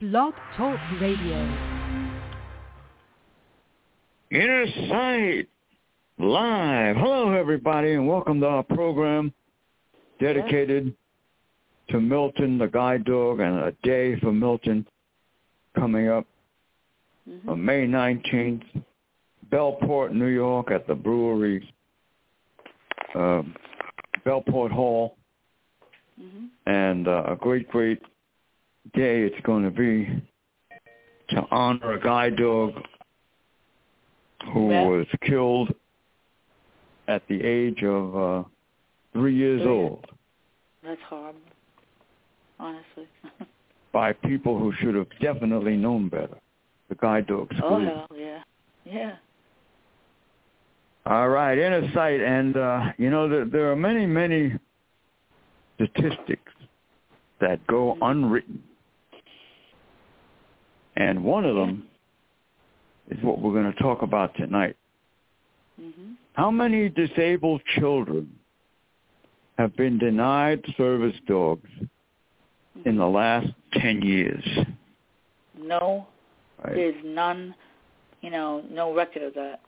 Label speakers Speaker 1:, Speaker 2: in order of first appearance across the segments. Speaker 1: Blog Talk Radio.
Speaker 2: Inner Sight Live. Hello, everybody, and welcome to our program dedicated to Milton, the guide dog, and a day for Milton coming up mm-hmm. on May 19th, Bellport, New York, at the brewery, uh, Bellport Hall. Mm-hmm. And uh, a great, great day it's going to be to honor a guide dog who well, was killed at the age of uh, three years
Speaker 3: that's
Speaker 2: old.
Speaker 3: That's horrible, honestly.
Speaker 2: by people who should have definitely known better. The guide dog school.
Speaker 3: Oh, hell yeah. Yeah.
Speaker 2: All right, inner sight. And, uh, you know, there, there are many, many statistics that go unwritten. And one of them is what we're going to talk about tonight. Mm-hmm. How many disabled children have been denied service dogs mm-hmm. in the last 10 years?
Speaker 3: No, right. there's none, you know, no record of that.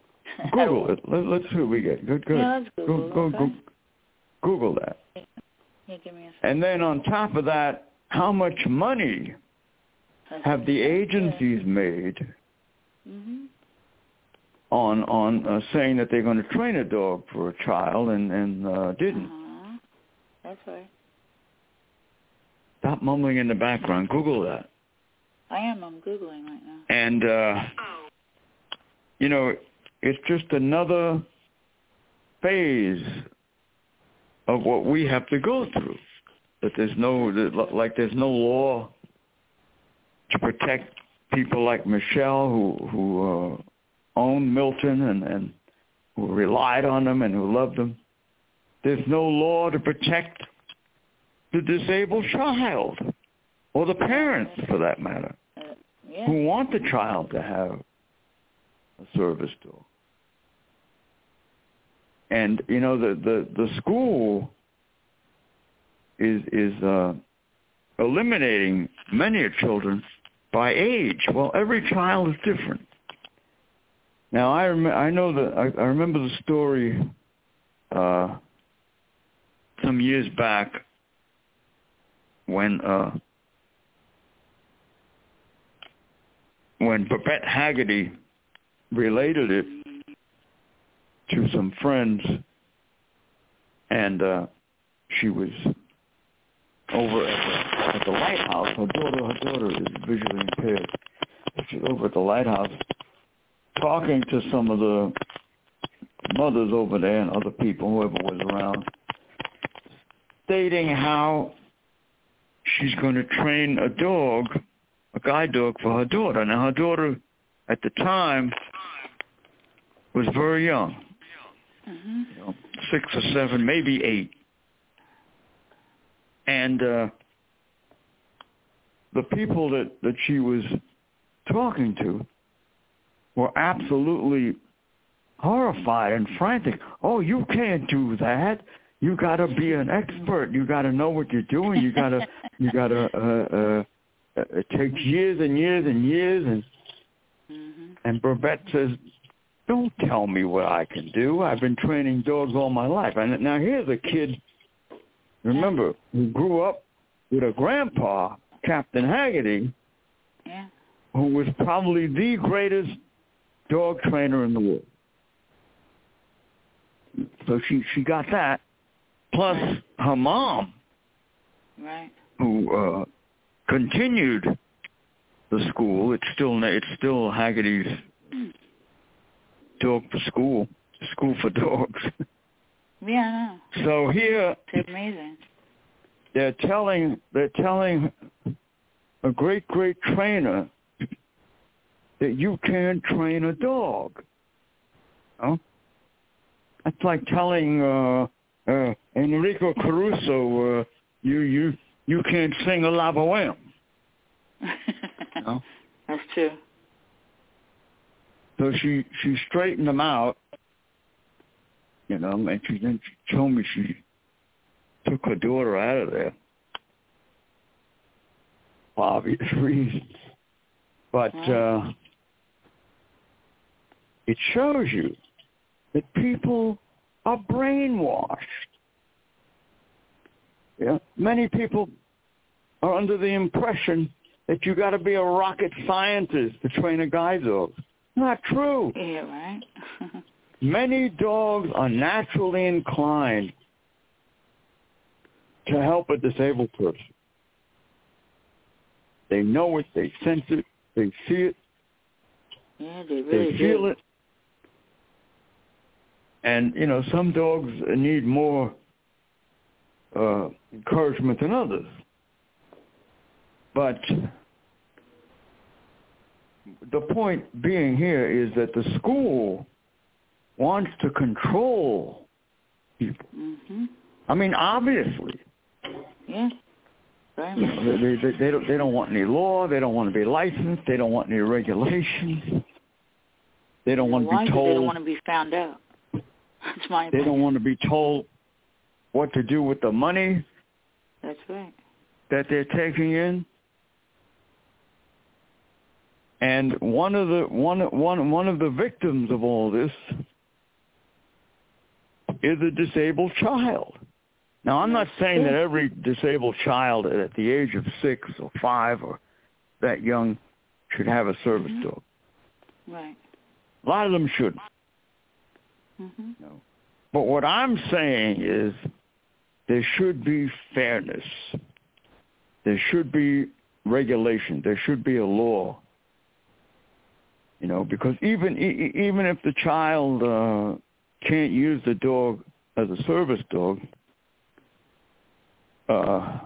Speaker 2: Google it. Let, us see what we get. Good, good.
Speaker 3: Yeah, Google,
Speaker 2: go,
Speaker 3: okay.
Speaker 2: go, Google that. And then on top of that, how much money have the agencies made mm-hmm. on on uh, saying that they're going to train a dog for a child and and uh, didn't?
Speaker 3: Uh-huh. That's right.
Speaker 2: Stop mumbling in the background. Google that.
Speaker 3: I am. I'm googling right now.
Speaker 2: And uh, you know, it's just another phase of what we have to go through. That there's no that, like there's no law to protect people like Michelle who who uh, owned Milton and and who relied on them and who loved them. There's no law to protect the disabled child or the parents for that matter
Speaker 3: uh, yeah.
Speaker 2: who want the child to have a service dog and you know the the the school is is uh eliminating many children by age well every child is different now i rem- i know that I, I remember the story uh some years back when uh when Babette Haggerty related it to some friends and uh she was over at the, at the lighthouse her daughter her daughter is visually impaired she's over at the lighthouse talking to some of the mothers over there and other people whoever was around stating how she's going to train a dog a guide dog for her daughter now her daughter at the time was very young
Speaker 3: Mm-hmm.
Speaker 2: You know, six or seven, maybe eight. And uh, the people that, that she was talking to were absolutely horrified and frantic. Oh, you can't do that. You got to be an expert. You got to know what you're doing. You got to you got to uh, uh, it takes years and years and years and
Speaker 3: mm-hmm.
Speaker 2: and Babette says don't tell me what I can do. I've been training dogs all my life. And now here's a kid, remember, who grew up with a grandpa, Captain Haggerty,
Speaker 3: yeah.
Speaker 2: who was probably the greatest dog trainer in the world. So she she got that, plus
Speaker 3: right.
Speaker 2: her mom,
Speaker 3: right,
Speaker 2: who uh, continued the school. It's still it's still Haggerty's dog for school, school for dogs.
Speaker 3: yeah, I
Speaker 2: know. So here,
Speaker 3: it's amazing.
Speaker 2: They're telling they're telling a great great trainer that you can train a dog. You know? That's like telling uh, uh, Enrico Caruso uh, you you you can't sing a lava wham.
Speaker 3: you
Speaker 2: Oh.
Speaker 3: know? That's true.
Speaker 2: So she she straightened them out, you know, and she then she told me she took her daughter out of there. for obvious reasons. But uh, it shows you that people are brainwashed. Yeah, many people are under the impression that you got to be a rocket scientist to train a guide dog. Not true.
Speaker 3: Yeah, right.
Speaker 2: Many dogs are naturally inclined to help a disabled person. They know it, they sense it, they see it,
Speaker 3: yeah, they, really
Speaker 2: they feel
Speaker 3: do.
Speaker 2: it. And, you know, some dogs need more uh, encouragement than others. But the point being here is that the school wants to control people.
Speaker 3: Mm-hmm.
Speaker 2: I mean, obviously.
Speaker 3: Yeah. Very much.
Speaker 2: They, they, they, don't, they don't want any law. They don't want to be licensed. They don't want any regulations. They don't want to
Speaker 3: Why
Speaker 2: be
Speaker 3: do
Speaker 2: told.
Speaker 3: They don't want to be found out. That's my
Speaker 2: They
Speaker 3: opinion.
Speaker 2: don't want to be told what to do with the money
Speaker 3: That's right.
Speaker 2: that they're taking in. And one of the one one one of the victims of all this is a disabled child. Now I'm not saying that every disabled child at the age of six or five or that young should have a service
Speaker 3: Mhm.
Speaker 2: dog.
Speaker 3: Right.
Speaker 2: A lot of them shouldn't.
Speaker 3: Mm-hmm.
Speaker 2: But what I'm saying is there should be fairness. There should be regulation. There should be a law. You know, because even e- e- even if the child uh, can't use the dog as a service dog, uh,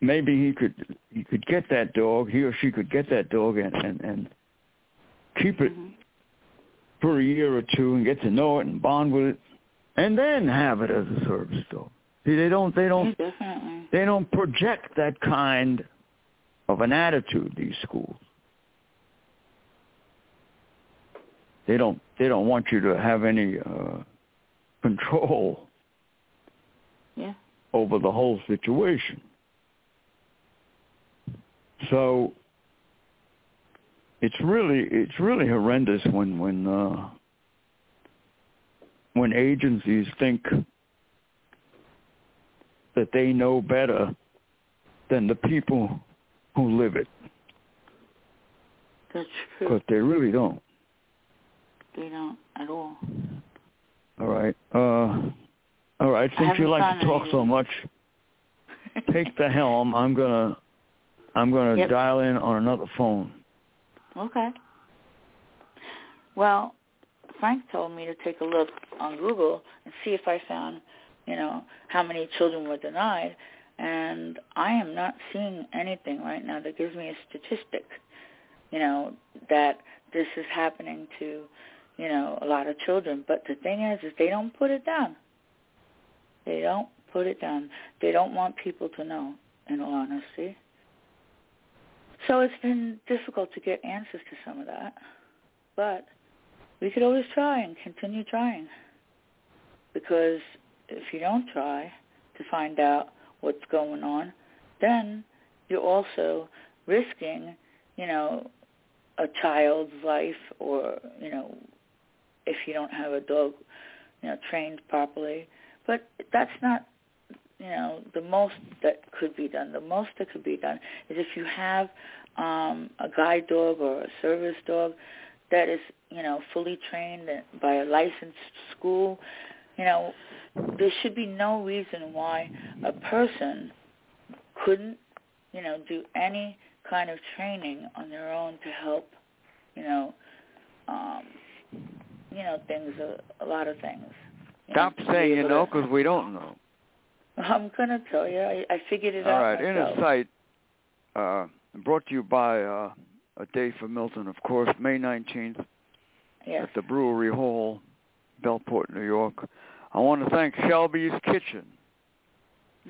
Speaker 2: maybe he could he could get that dog. He or she could get that dog and and, and keep it
Speaker 3: Mhm.
Speaker 2: for a year or two and get to know it and bond with it, and then have it as a service dog. See, they don't they don't
Speaker 3: Yeah, definitely.
Speaker 2: they don't project that kind of an attitude these schools they don't they don't want you to have any uh control
Speaker 3: Yeah.
Speaker 2: over the whole situation so it's really it's really horrendous when when uh when agencies think that they know better than the people who live it
Speaker 3: That's true.
Speaker 2: because they really don't.
Speaker 3: They don't at all.
Speaker 2: All right. Uh, all right.
Speaker 3: I
Speaker 2: Since you
Speaker 3: haven't
Speaker 2: like
Speaker 3: found
Speaker 2: to talk
Speaker 3: any.
Speaker 2: so much, take the helm. I'm gonna I'm gonna
Speaker 3: Yep.
Speaker 2: dial in on another phone.
Speaker 3: Okay. Well, Frank told me to take a look on Google and see if I found, you know, how many children were denied, and I am not seeing anything right now that gives me a statistic, you know, that this is happening to, you know, a lot of children. But the thing is, is they don't put it down. They don't put it down. They don't want people to know, in all honesty. So it's been difficult to get answers to some of that. But we could always try and continue trying. Because if you don't try to find out what's going on, then you're also risking, you know, a child's life or, you know, if you don't have a dog, you know, trained properly. But that's not, you know, the most that could be done. The most that could be done is if you have um, a guide dog or a service dog that is, you know, fully trained by a licensed school, you know, there should be no reason why a person couldn't, you know, do any kind of training on their own to help, you know, um, you know, things, a, a lot of things. You know,
Speaker 2: Stop
Speaker 3: to be
Speaker 2: saying you
Speaker 3: able
Speaker 2: know
Speaker 3: to-
Speaker 2: because we don't know.
Speaker 3: I'm gonna tell you. I, I figured it
Speaker 2: All
Speaker 3: out
Speaker 2: right.
Speaker 3: myself.
Speaker 2: Inner Sight, uh, brought to you by uh, a day for Milton, of course, May 19th
Speaker 3: Yes.
Speaker 2: at the Brewery Hall, Belport, New York. I want to thank Shelby's Kitchen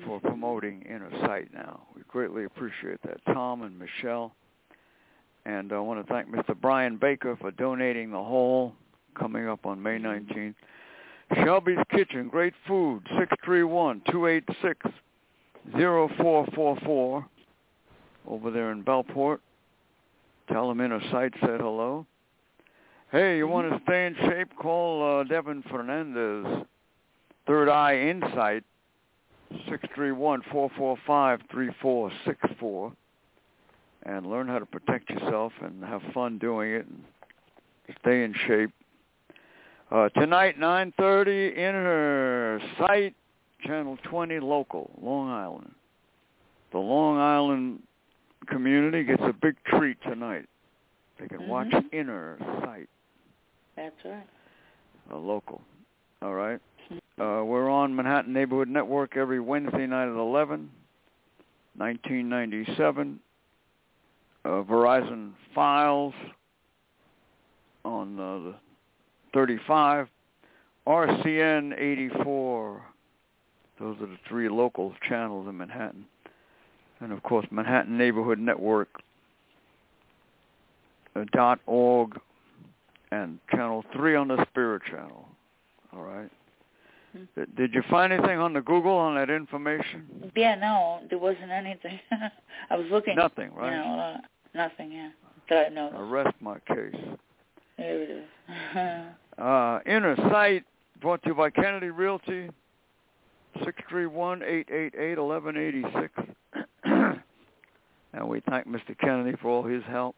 Speaker 2: for promoting Inner Sight now. We greatly appreciate that, Tom and Michelle. And I want to thank Mr. Brian Baker for donating the hall coming up on May 19th. Shelby's Kitchen, great food, 631-286-0444. over there in Belport. Tell them Inner Sight said hello. Hey, you want to stay in shape? Call uh, Devin Fernandez, Third Eye Insight, six three one four four five three four six four, and learn how to protect yourself and have fun doing it and stay in shape. Uh, tonight, 9.30, Inner Sight, Channel 20, local, Long Island. The Long Island community gets a big treat tonight. They can mm-hmm. watch Inner Sight.
Speaker 3: That's right.
Speaker 2: A local. All right. Uh, we're on Manhattan Neighborhood Network every Wednesday night at 11, 1997. Uh, Verizon Files on uh, the 35, RCN 84. Those are the three local channels in Manhattan. And of course, Manhattan Neighborhood Network uh, dot org and channel three on the Spirit Channel. All right. Mm-hmm. Did you find anything on the Google on that information?
Speaker 3: Yeah, no, there wasn't anything. I was looking.
Speaker 2: Nothing, right?
Speaker 3: You know, uh, nothing. Yeah, that I know. I
Speaker 2: rest my case.
Speaker 3: There it is.
Speaker 2: uh, inner Sight, brought to you by Kennedy Realty, 631-888-1186. and we thank Mr. Kennedy for all his help.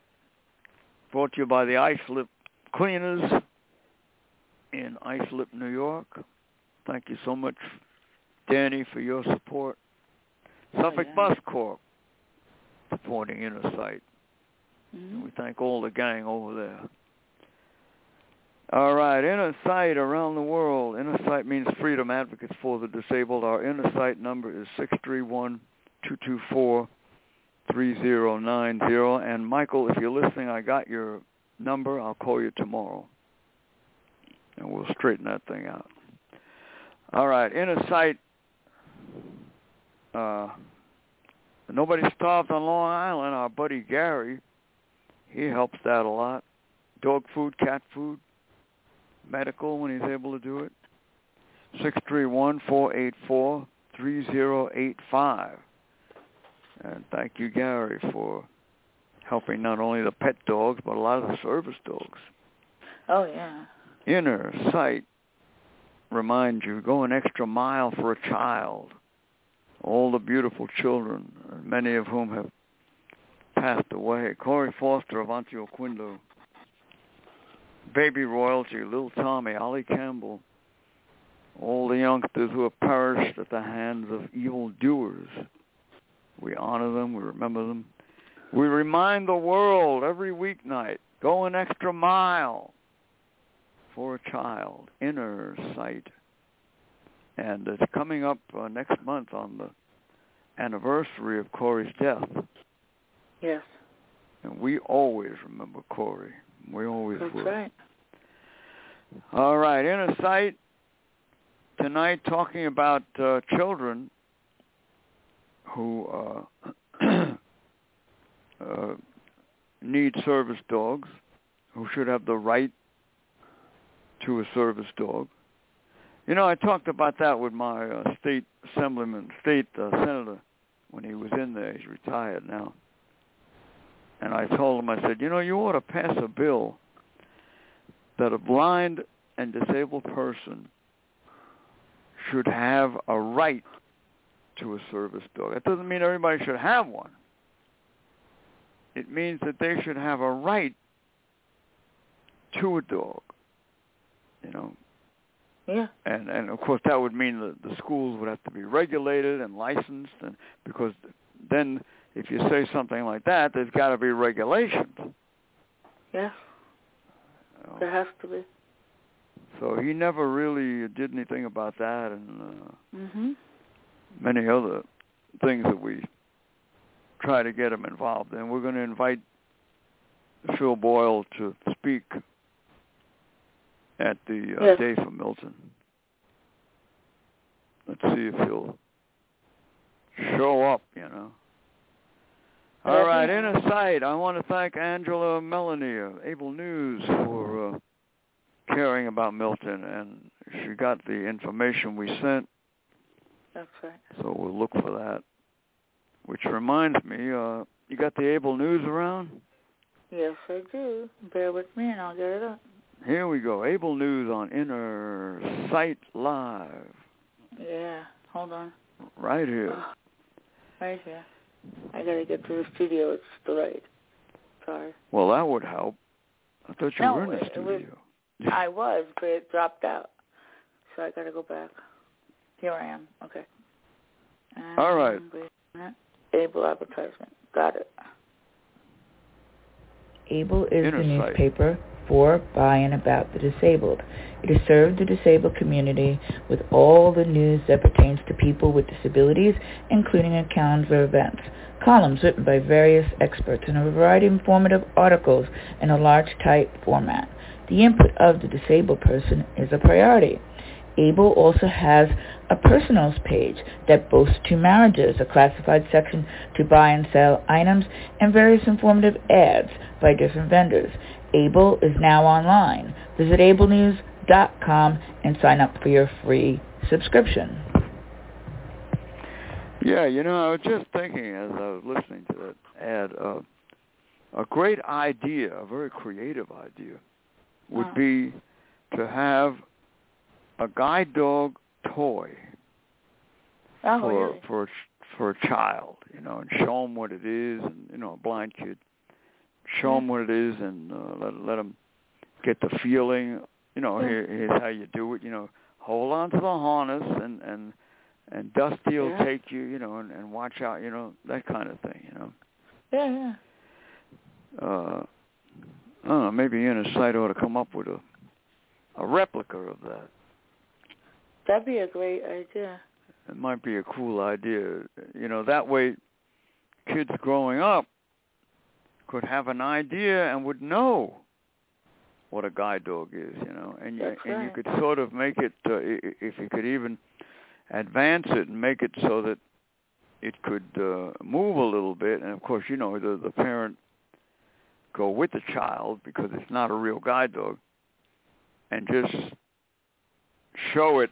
Speaker 2: Brought to you by the Islip Cleaners in Islip, New York. Thank you so much, Danny, for your support. Suffolk oh, yeah. Bus Corp, supporting Inner Sight. Mm-hmm. We thank all the gang over there. All right, Inner Sight around the world. Inner Sight means freedom advocates for the disabled. Our Inner Sight number is 631-224-3090. And Michael, if you're listening, I got your number. I'll call you tomorrow. And we'll straighten that thing out. All right, Inner Sight. Uh, nobody stopped on Long Island. Our buddy Gary, he helps that a lot. Dog food, cat food medical when he's able to do it. Six three one four eight four three zero eight five. And thank you, Gary, for helping not only the pet dogs, but a lot of the service dogs.
Speaker 3: Oh, yeah.
Speaker 2: Inner sight reminds you, go an extra mile for a child. All the beautiful children, many of whom have passed away. Corey Foster of Antioquia. Baby Royalty, Little Tommy, Ollie Campbell, all the youngsters who have perished at the hands of evil doers. We honor them. We remember them. We remind the world every weeknight, go an extra mile for a child, inner sight. And it's coming up uh, next month on the anniversary of Corey's death.
Speaker 3: Yes.
Speaker 2: And we always remember Corey. We always
Speaker 3: That's
Speaker 2: will.
Speaker 3: right.
Speaker 2: All right, inner sight tonight talking about uh, children who uh, uh, need service dogs, who should have the right to a service dog. You know, I talked about that with my uh, state assemblyman, state uh, senator, when he was in there. He's retired now. And I told him, I said, you know, you ought to pass a bill that a blind and disabled person should have a right to a service dog. That doesn't mean everybody should have one. It means that they should have a right to a dog. You know.
Speaker 3: Yeah.
Speaker 2: And and of course that would mean that the schools would have to be regulated and licensed and because then if you say something like that, there's got to be regulations.
Speaker 3: Yeah, oh. there has to be.
Speaker 2: So he never really did anything about that, and uh,
Speaker 3: mm-hmm.
Speaker 2: many other things that we try to get him involved in. We're going to invite Phil Boyle to speak at the uh, yes. day for Milton. Let's see if he'll show up, you know. All right, in a sight, I want to thank Angela Melanie of Able News for uh, caring about Milton, and she got the information we sent.
Speaker 3: That's right.
Speaker 2: So we'll look for that. Which reminds me, uh, You got the Able News around?
Speaker 3: Yes, I do. Bear with me, and I'll get it up.
Speaker 2: Here we go. Able News on Inner Sight Live.
Speaker 3: Yeah. Hold on.
Speaker 2: Right here.
Speaker 3: Oh, right here. I gotta get to the studio. It's delayed. Sorry.
Speaker 2: Well, that would help. I thought you
Speaker 3: No,
Speaker 2: were in the
Speaker 3: it- it
Speaker 2: studio.
Speaker 3: was- I was, but it dropped out. So I gotta go back. Here I am. Okay. And
Speaker 2: All right.
Speaker 3: Able advertisement. Got it.
Speaker 4: ABLE is the
Speaker 2: Inner Sight.
Speaker 4: newspaper for, by, and about the disabled. It has served the disabled community with all the news that pertains to people with disabilities, including a calendar of events, columns written by various experts, and a variety of informative articles in a large type format. The input of the disabled person is a priority. ABLE also has a personals page that boasts two marriages, a classified section to buy and sell items, and various informative ads by different vendors. ABLE is now online. Visit ablenews.com and sign up for your free subscription.
Speaker 2: Yeah, you know, I was just thinking as I was listening to that ad, uh, a great idea, a very creative idea, would
Speaker 3: Wow.
Speaker 2: be to have a guide dog toy
Speaker 3: Oh,
Speaker 2: for
Speaker 3: really?
Speaker 2: for a ch- for a child, you know, and show them what it is, and you know, a blind kid, show them what it is, and uh, let let them get the feeling. You know,
Speaker 3: Yeah.
Speaker 2: here, here's how you do it. You know, hold on to the harness, and and and Dusty will
Speaker 3: Yeah.
Speaker 2: take you. You know, and, and watch out. You know, that kind of thing. You know,
Speaker 3: Yeah, yeah.
Speaker 2: uh, I don't know. Maybe Inner Sight ought to come up with a a replica of that.
Speaker 3: That'd be a great idea.
Speaker 2: it might be a cool idea. You know, that way kids growing up could have an idea and would know what a guide dog is, you know, and you,
Speaker 3: That's
Speaker 2: and you
Speaker 3: right.
Speaker 2: could sort of make it uh, i- i- if you could even advance it and make it so that it could uh, move a little bit and of course, you know, the the parent go with the child because it's not a real guide dog and just show it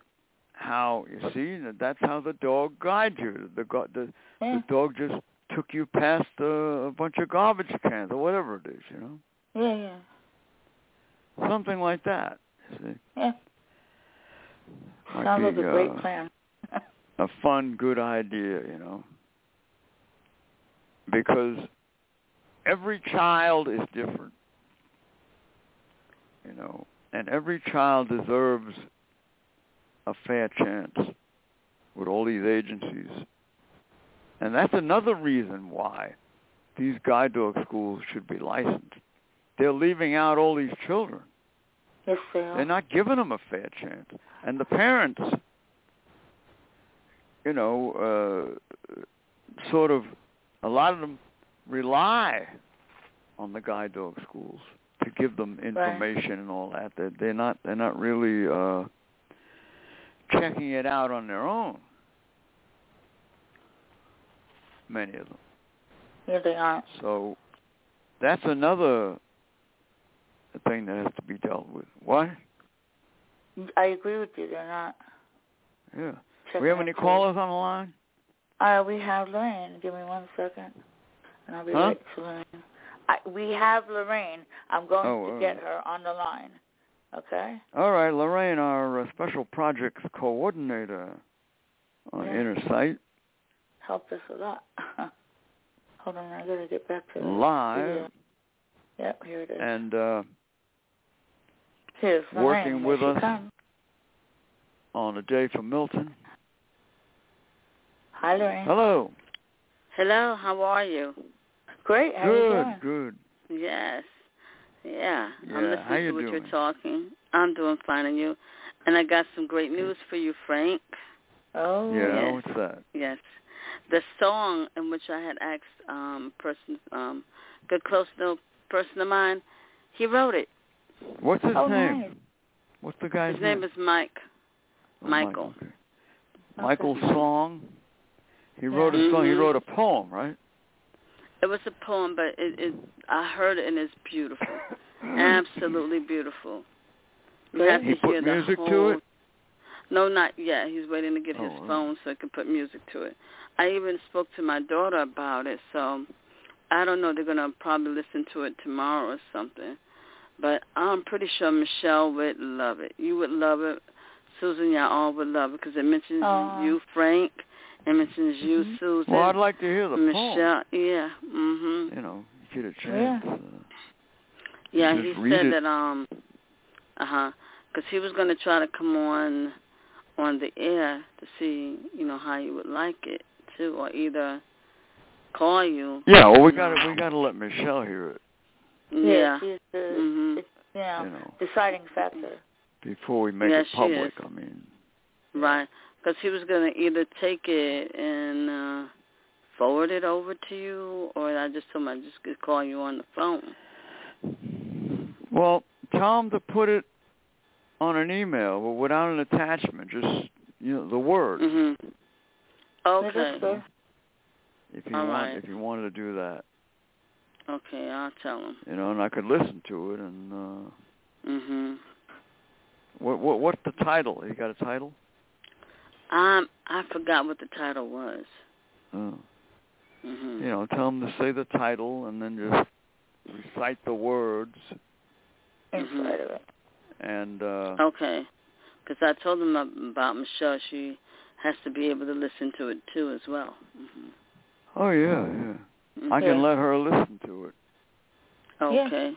Speaker 2: how you see that that's how the dog guides you. The gu- the
Speaker 3: Yeah,
Speaker 2: the dog just took you past uh, a bunch of garbage cans or whatever it is, you know,
Speaker 3: yeah, yeah.
Speaker 2: something like that. you see.
Speaker 3: Yeah.
Speaker 2: Might
Speaker 3: Sounds like
Speaker 2: be,
Speaker 3: a great
Speaker 2: uh,
Speaker 3: plan.
Speaker 2: a fun, good idea, you know, because every child is different, you know, and every child deserves a fair chance with all these agencies. And that's another reason why these guide dog schools should be licensed. They're leaving out all these children.
Speaker 3: Yes, they are.
Speaker 2: They're not giving them a fair chance. And the parents, you know, uh, sort of, a lot of them rely on the guide dog schools to give them information and all that. They're, they're not, they're not really uh, checking it out on their own. Many of them.
Speaker 3: Yeah, they aren't.
Speaker 2: So that's another thing that has to be dealt with. What?
Speaker 3: I agree with you. They're not.
Speaker 2: Yeah.
Speaker 3: checking
Speaker 2: We have
Speaker 3: out
Speaker 2: any
Speaker 3: for you.
Speaker 2: callers on the line?
Speaker 3: Uh, we have Lorraine. Give me one second, and I'll be
Speaker 2: Huh?
Speaker 3: right to Lorraine. I, we have Lorraine. I'm going
Speaker 2: Oh,
Speaker 3: to
Speaker 2: all
Speaker 3: get
Speaker 2: right.
Speaker 3: her on the line. Okay.
Speaker 2: All right, Lorraine, our uh, special projects coordinator on
Speaker 3: Yeah.
Speaker 2: Inner Sight
Speaker 3: Helped us a lot. Hold on, I gotta get back to the
Speaker 2: live
Speaker 3: studio. Yep, here it is.
Speaker 2: and uh,
Speaker 3: Here's Lorraine.
Speaker 2: working
Speaker 3: Here
Speaker 2: with
Speaker 3: she
Speaker 2: us.
Speaker 3: comes.
Speaker 2: on a day from Milton.
Speaker 3: Hi, Lorraine.
Speaker 2: Hello.
Speaker 5: Hello, how are you?
Speaker 3: Great. How
Speaker 2: good,
Speaker 3: you
Speaker 2: good.
Speaker 5: Yes. Yeah.
Speaker 2: Yeah,
Speaker 5: I'm listening
Speaker 2: how you
Speaker 5: to what
Speaker 2: doing?
Speaker 5: you're talking. I'm doing fine and you. And I got some great news for you, Frank.
Speaker 3: doing? Oh,
Speaker 2: yeah,
Speaker 5: yes.
Speaker 2: what's that?
Speaker 5: Yes. The song in which I had asked um person um good close no person of mine, he wrote it.
Speaker 2: What's his
Speaker 3: Oh,
Speaker 2: name?
Speaker 3: nice.
Speaker 2: What's the guy's
Speaker 5: His name is Mike.
Speaker 2: Oh, Mike,
Speaker 5: Michael.
Speaker 2: okay. Michael Song. He
Speaker 3: Yeah.
Speaker 2: wrote a song. He
Speaker 5: Mhm.
Speaker 2: wrote a poem, right?
Speaker 5: It was a poem but it, it I heard it and it's beautiful. Absolutely beautiful. I'm
Speaker 3: Great.
Speaker 5: happy
Speaker 2: He
Speaker 5: to
Speaker 2: put
Speaker 5: hear the
Speaker 2: music to
Speaker 5: whole-
Speaker 2: it?
Speaker 5: No, not yet. He's waiting to get
Speaker 2: Oh,
Speaker 5: his
Speaker 2: all right.
Speaker 5: phone so he can put music to it. I even spoke to my daughter about it, so I don't know. They're gonna probably listen to it tomorrow or something. But I'm pretty sure Michelle would love it. You would love it. Susan, y'all all would love it because it mentions Aww. you, Frank. It mentions you, mm-hmm. Susan.
Speaker 2: Well, I'd like to hear the
Speaker 5: Michelle.
Speaker 2: Poem.
Speaker 5: Yeah. Mhm.
Speaker 2: You know, get a chance.
Speaker 5: Yeah. Uh, yeah, he said it. that. Um. Uh huh. Because he was gonna try to come on on the air to see, you know, how you would like it too, or either call you.
Speaker 2: Yeah, well, we got to we got to let Michelle hear it.
Speaker 3: Yeah, yeah. she's the, mm-hmm. the you, know, you, know, deciding factor.
Speaker 2: Before we make
Speaker 5: yeah,
Speaker 2: it public, I mean.
Speaker 5: Right, because he was going to either take it and uh forward it over to you, or I just told him I just could call you on the phone.
Speaker 2: Well, tell him to put it on an email, but without an attachment, just you know the word.
Speaker 5: Mm-hmm. Okay.
Speaker 2: If you want, right. if you wanted to do that.
Speaker 5: Okay, I'll tell him.
Speaker 2: You know, and I could listen to it and. uh
Speaker 5: Mhm.
Speaker 2: What what what's the title? You got a title?
Speaker 5: Um, I forgot what the title was.
Speaker 2: Oh.
Speaker 5: Mhm.
Speaker 2: You know, tell them to say the title and then just recite the words.
Speaker 3: Mm-hmm. Inside of it.
Speaker 2: And. uh
Speaker 5: Okay. Because I told them about Michelle. She has to be able to listen to it too, as well. Mm-hmm.
Speaker 2: Oh yeah, yeah. I can yeah. let her listen to it.
Speaker 5: Okay.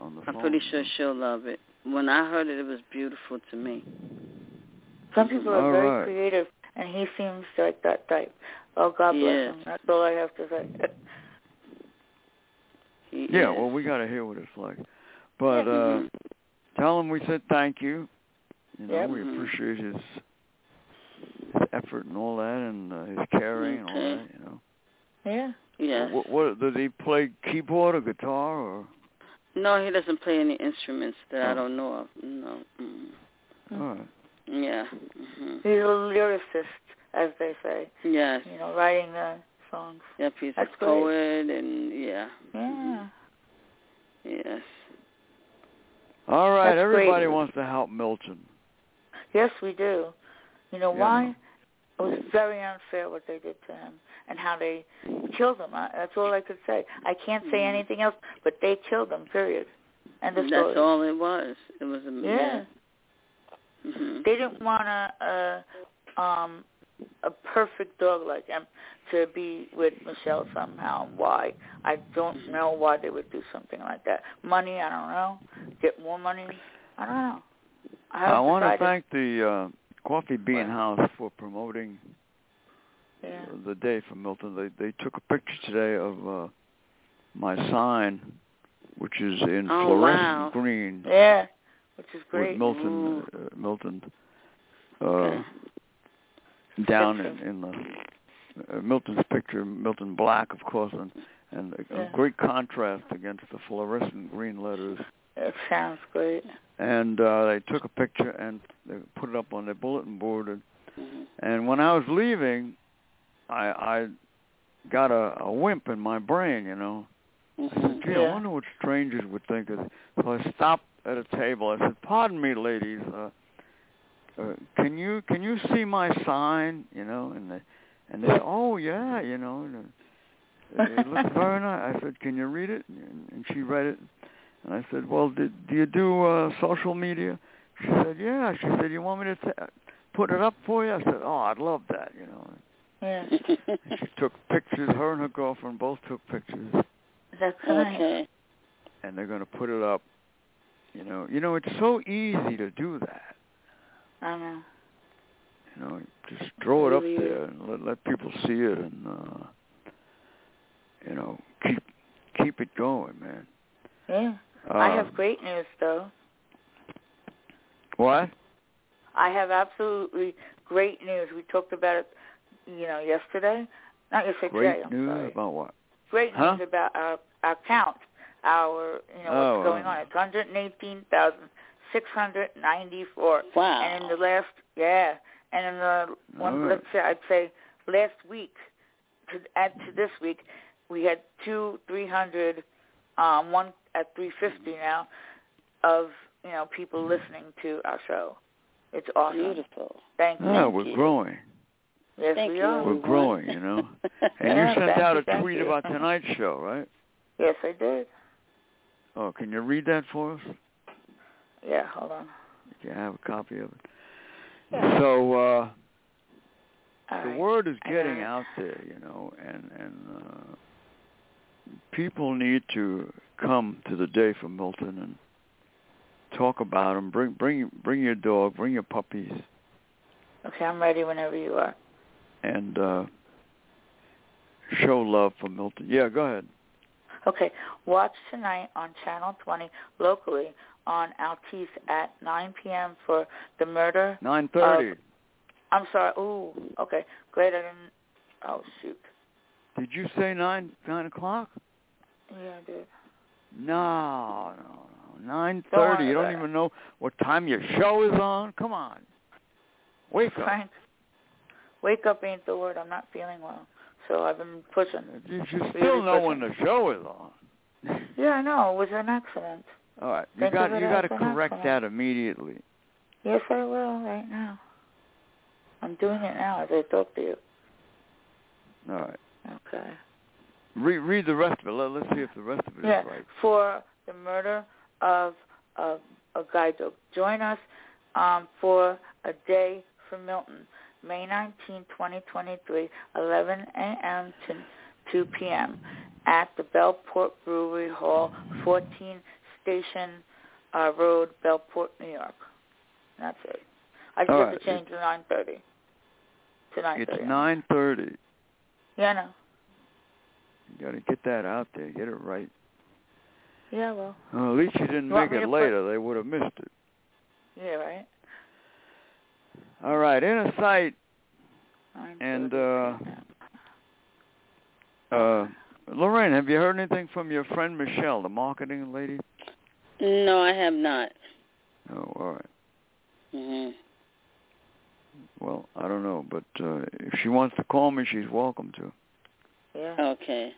Speaker 2: On the
Speaker 5: phone. I'm pretty sure she'll love it. When I heard it, it was beautiful to me.
Speaker 3: Some people are
Speaker 2: all
Speaker 3: very
Speaker 2: right.
Speaker 3: creative, and he seems like that type. Oh, God bless yeah. him. That's all I have to say.
Speaker 2: yeah, well, we got to hear what it's like. But uh tell him we said thank you. You know,
Speaker 3: yep.
Speaker 2: we appreciate his his effort and all that, and uh, his caring and all that. You know.
Speaker 3: Yeah.
Speaker 5: Yeah.
Speaker 2: What, what does he play? Keyboard or guitar or?
Speaker 5: No, he doesn't play any instruments that oh. I don't know of. No. Mm.
Speaker 2: All
Speaker 3: Hmm.
Speaker 2: right.
Speaker 5: Yeah. Mm-hmm.
Speaker 3: He's a lyricist, as they say.
Speaker 5: Yes.
Speaker 3: You know, writing the songs.
Speaker 5: Yep, he's
Speaker 3: That's
Speaker 5: a poet, great. and yeah. Mm-hmm.
Speaker 3: Yeah.
Speaker 5: Yes.
Speaker 2: All right.
Speaker 3: That's
Speaker 2: Everybody
Speaker 3: great.
Speaker 2: wants to help Milton.
Speaker 3: Yes, we do. You know
Speaker 2: Yeah.
Speaker 3: why? It was very unfair what they did to him and how they killed him. I, that's all I could say. I can't say anything else, but they killed him. Period. And
Speaker 5: That's
Speaker 3: story.
Speaker 5: all it was. It was a
Speaker 3: yeah.
Speaker 5: Mm-hmm.
Speaker 3: They didn't want a, a um a perfect dog like him to be with Michelle somehow. Why? I don't know why they would do something like that. Money, I don't know. Get more money, I don't know. I,
Speaker 2: I want to
Speaker 3: decided-
Speaker 2: thank the uh, Coffee Bean
Speaker 3: What?
Speaker 2: House for promoting
Speaker 3: Yeah.
Speaker 2: the day for Milton. They they took a picture today of uh, my sign, which is in
Speaker 5: Oh, wow.
Speaker 2: fluorescent green
Speaker 3: Yeah, which is
Speaker 2: with
Speaker 3: great. Mm.
Speaker 2: Milton
Speaker 5: Ooh.
Speaker 2: uh, Milton uh,
Speaker 5: Okay.
Speaker 2: down in,
Speaker 3: Picture.
Speaker 2: in the uh, Milton's picture, Milton Black, of course, and and a, a
Speaker 3: Yeah.
Speaker 2: great contrast against the fluorescent green letters.
Speaker 3: It sounds great.
Speaker 2: And uh, they took a picture and they put it up on their bulletin board and
Speaker 3: Mm-hmm.
Speaker 5: Mhm.
Speaker 2: And when I was leaving, I I got a, a wimp in my brain, you know. I said,
Speaker 5: Mhm.
Speaker 2: gee, I
Speaker 3: Yeah.
Speaker 2: wonder what strangers would think of this. So I stopped at a table. I said, pardon me, ladies. Uh, uh, can you can you see my sign? You know, and they and they said, oh yeah, you know, and, uh, it looks very nice. I said, can you read it? And, and she read it, and I said, well, did, do you do uh, social media? She said, yeah. She said, you want me to t- put it up for you? I said, oh, I'd love that, you know.
Speaker 3: Yeah.
Speaker 2: And she took pictures. Her and her girlfriend both took pictures,
Speaker 3: That's nice.
Speaker 5: okay.
Speaker 2: and they're going to put it up. You know, you know, it's so easy to do that.
Speaker 3: I know.
Speaker 2: You know, just throw it up
Speaker 3: Really is.
Speaker 2: there and let let people see it, and uh, you know, keep keep it going, man.
Speaker 3: Yeah.
Speaker 2: Uh,
Speaker 3: I have great news though.
Speaker 2: what?
Speaker 3: I have absolutely great news. We talked about it, you know, yesterday. Not yesterday.
Speaker 2: Great
Speaker 3: I'm
Speaker 2: news
Speaker 3: sorry.
Speaker 2: about what?
Speaker 3: Great news
Speaker 2: Huh?
Speaker 3: about our our count, our you know
Speaker 2: Oh,
Speaker 3: what's going
Speaker 2: oh.
Speaker 3: on. It's 118,694,
Speaker 5: Wow.
Speaker 3: and in the last yeah, and in the one
Speaker 2: All right.
Speaker 3: let's say I'd say last week to add to this week, we had two 300, um, one at 350 now of you know people listening to our show. It's awesome.
Speaker 5: Beautiful.
Speaker 3: Thank you.
Speaker 2: Oh, we're Ah, growing.
Speaker 3: Yes,
Speaker 5: Thank
Speaker 3: we
Speaker 5: you.
Speaker 3: are.
Speaker 2: We're
Speaker 3: We
Speaker 2: growing,
Speaker 3: would.
Speaker 2: you know. And
Speaker 3: Yeah,
Speaker 2: you sent
Speaker 3: thank
Speaker 2: out a
Speaker 3: you, thank
Speaker 2: tweet
Speaker 3: you.
Speaker 2: about tonight's show, right?
Speaker 3: Yes, I did.
Speaker 2: Oh, can you read that for us?
Speaker 3: Yeah, hold on.
Speaker 2: If you have a copy of it.
Speaker 3: Yeah.
Speaker 2: So uh,
Speaker 3: All
Speaker 2: the
Speaker 3: right.
Speaker 2: word is
Speaker 3: I got
Speaker 2: getting
Speaker 3: it.
Speaker 2: out there, you know, and and uh, people need to come to the day for Milton and talk about him. Bring bring bring your dog, bring your puppies,
Speaker 3: Okay, I'm ready whenever you are.
Speaker 2: and uh, show love for Milton. Yeah, go ahead.
Speaker 3: Okay, watch tonight on Channel 20 locally on Altice at 9 p.m. for the murder.
Speaker 2: Nine thirty.
Speaker 3: I'm sorry. Ooh, okay. Great. I didn't. Oh shoot.
Speaker 2: Did you say nine nine o'clock?
Speaker 3: Yeah, I did.
Speaker 2: No, no, no. Nine
Speaker 3: Don't worry
Speaker 2: thirty. You don't
Speaker 3: about it.
Speaker 2: even know what time your show is on. Come on, wake up.
Speaker 3: Frank, wake up ain't the word. I'm not feeling well, so I've been pushing.
Speaker 2: You should still
Speaker 3: Really
Speaker 2: know when the
Speaker 3: pushing.
Speaker 2: show is on.
Speaker 3: Yeah, I know. It was an accident.
Speaker 2: All right, you
Speaker 3: Think
Speaker 2: got
Speaker 3: of it
Speaker 2: you got to
Speaker 3: as an
Speaker 2: correct
Speaker 3: accident.
Speaker 2: that immediately.
Speaker 3: Yes, I will right now. I'm doing it now as I talk to you.
Speaker 2: All right,
Speaker 3: Okay.
Speaker 2: read read the rest of it. Let, let's see if the rest of it is
Speaker 3: Yeah,
Speaker 2: right.
Speaker 3: for the murder of of a guide dog. Join us um, for a day for Milton, May 19, 2023, 11 a.m. to 2 p.m. at the Bellport Brewery Hall, 14 Station uh, Road, Bellport, New York. That's it. I
Speaker 2: All
Speaker 3: just have
Speaker 2: right.
Speaker 3: to change to 9:30 to 9:30.
Speaker 2: It's nine thirty.
Speaker 3: Yeah, no.
Speaker 2: You got to get that out there. Get it right.
Speaker 3: Yeah, well,
Speaker 2: Well, at least you didn't
Speaker 3: You want
Speaker 2: make
Speaker 3: me
Speaker 2: it
Speaker 3: to put-
Speaker 2: later. They would have missed it.
Speaker 3: yeah, right.
Speaker 2: All right, inner sight.
Speaker 3: 9:30
Speaker 2: And,
Speaker 3: right
Speaker 2: uh,
Speaker 3: now.
Speaker 2: Uh, Lorraine, have you heard anything from your friend Michelle, the marketing lady?
Speaker 5: No, I have not.
Speaker 2: Oh, all right.
Speaker 5: hmm
Speaker 2: Well, I don't know, but uh, if she wants to call me, she's welcome to.
Speaker 3: yeah.
Speaker 5: Okay.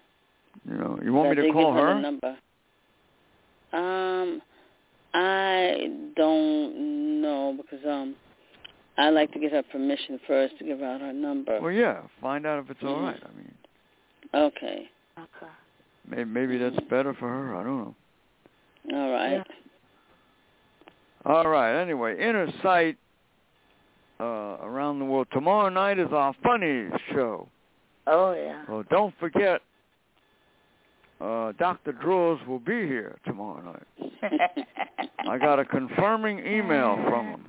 Speaker 2: You know, you want
Speaker 5: But
Speaker 2: me
Speaker 5: they
Speaker 2: to call
Speaker 5: give her?
Speaker 2: her?
Speaker 5: the number. Um, I don't know because um, I like to get her permission first to give out her number.
Speaker 2: Well, yeah. Find out if it's all
Speaker 5: Mhm.
Speaker 2: right.
Speaker 3: Hmm.
Speaker 2: I mean,
Speaker 5: Okay.
Speaker 3: Okay.
Speaker 2: maybe, maybe that's
Speaker 5: Mhm.
Speaker 2: better for her. I don't know.
Speaker 5: All right.
Speaker 2: All right. Anyway, Inner Sight uh, around the world. Tomorrow night is our funny show.
Speaker 3: Oh yeah.
Speaker 2: Well, don't forget, uh, Dr. Drawers will be here tomorrow night. I got a confirming email from him.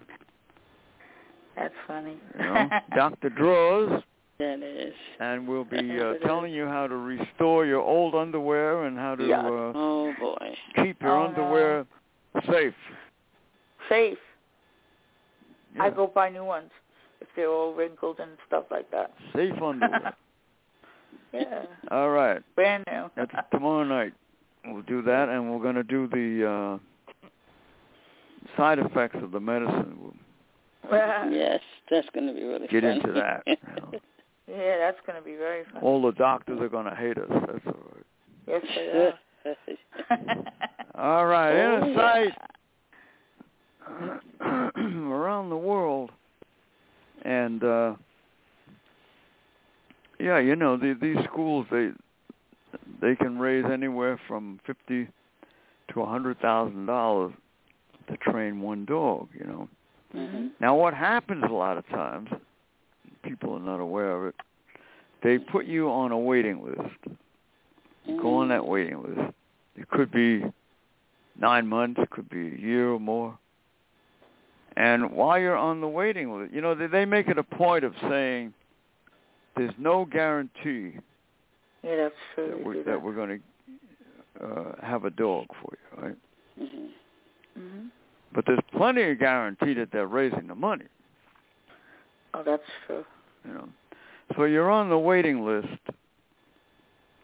Speaker 3: That's funny.
Speaker 2: you know, Dr. Draws,
Speaker 5: That is.
Speaker 2: and we'll be uh, telling you how to restore your old underwear and how to
Speaker 3: Yeah.
Speaker 2: uh,
Speaker 5: Oh boy.
Speaker 2: keep your
Speaker 3: Oh, no.
Speaker 2: underwear safe.
Speaker 3: Safe. I
Speaker 2: Yeah,
Speaker 3: go buy new ones if they're all wrinkled and stuff like that.
Speaker 2: Safe underwear.
Speaker 3: yeah.
Speaker 2: All right,
Speaker 3: Brand new.
Speaker 2: that's tomorrow night. We'll do that, and we're going to do the uh, side effects of the medicine. We'll
Speaker 5: Yes, that's going to be really
Speaker 2: get
Speaker 5: funny.
Speaker 2: into that. you know.
Speaker 3: yeah, that's gonna be very funny.
Speaker 2: All the doctors are going to hate us. That's all right.
Speaker 3: Yes, they are.
Speaker 2: All right,
Speaker 3: Oh,
Speaker 2: in sight. around the world and uh yeah you know the, these schools they they can raise anywhere from fifty to a hundred thousand dollars to train one dog you know
Speaker 5: Mhm.
Speaker 2: now what happens a lot of times people are not aware of it they put you on a waiting list go on that waiting list it could be nine months it could be a year or more and while you're on the waiting list, you know, they, they make it a point of saying there's no guarantee
Speaker 3: yeah, that's true.
Speaker 2: that
Speaker 3: they
Speaker 2: we're,
Speaker 3: do
Speaker 2: that we're going to uh, have a dog for you, right?
Speaker 5: Mhm.
Speaker 3: Mhm.
Speaker 2: But there's plenty of guarantee that they're raising the money,
Speaker 3: Oh, that's true.
Speaker 2: you know. So you're on the waiting list,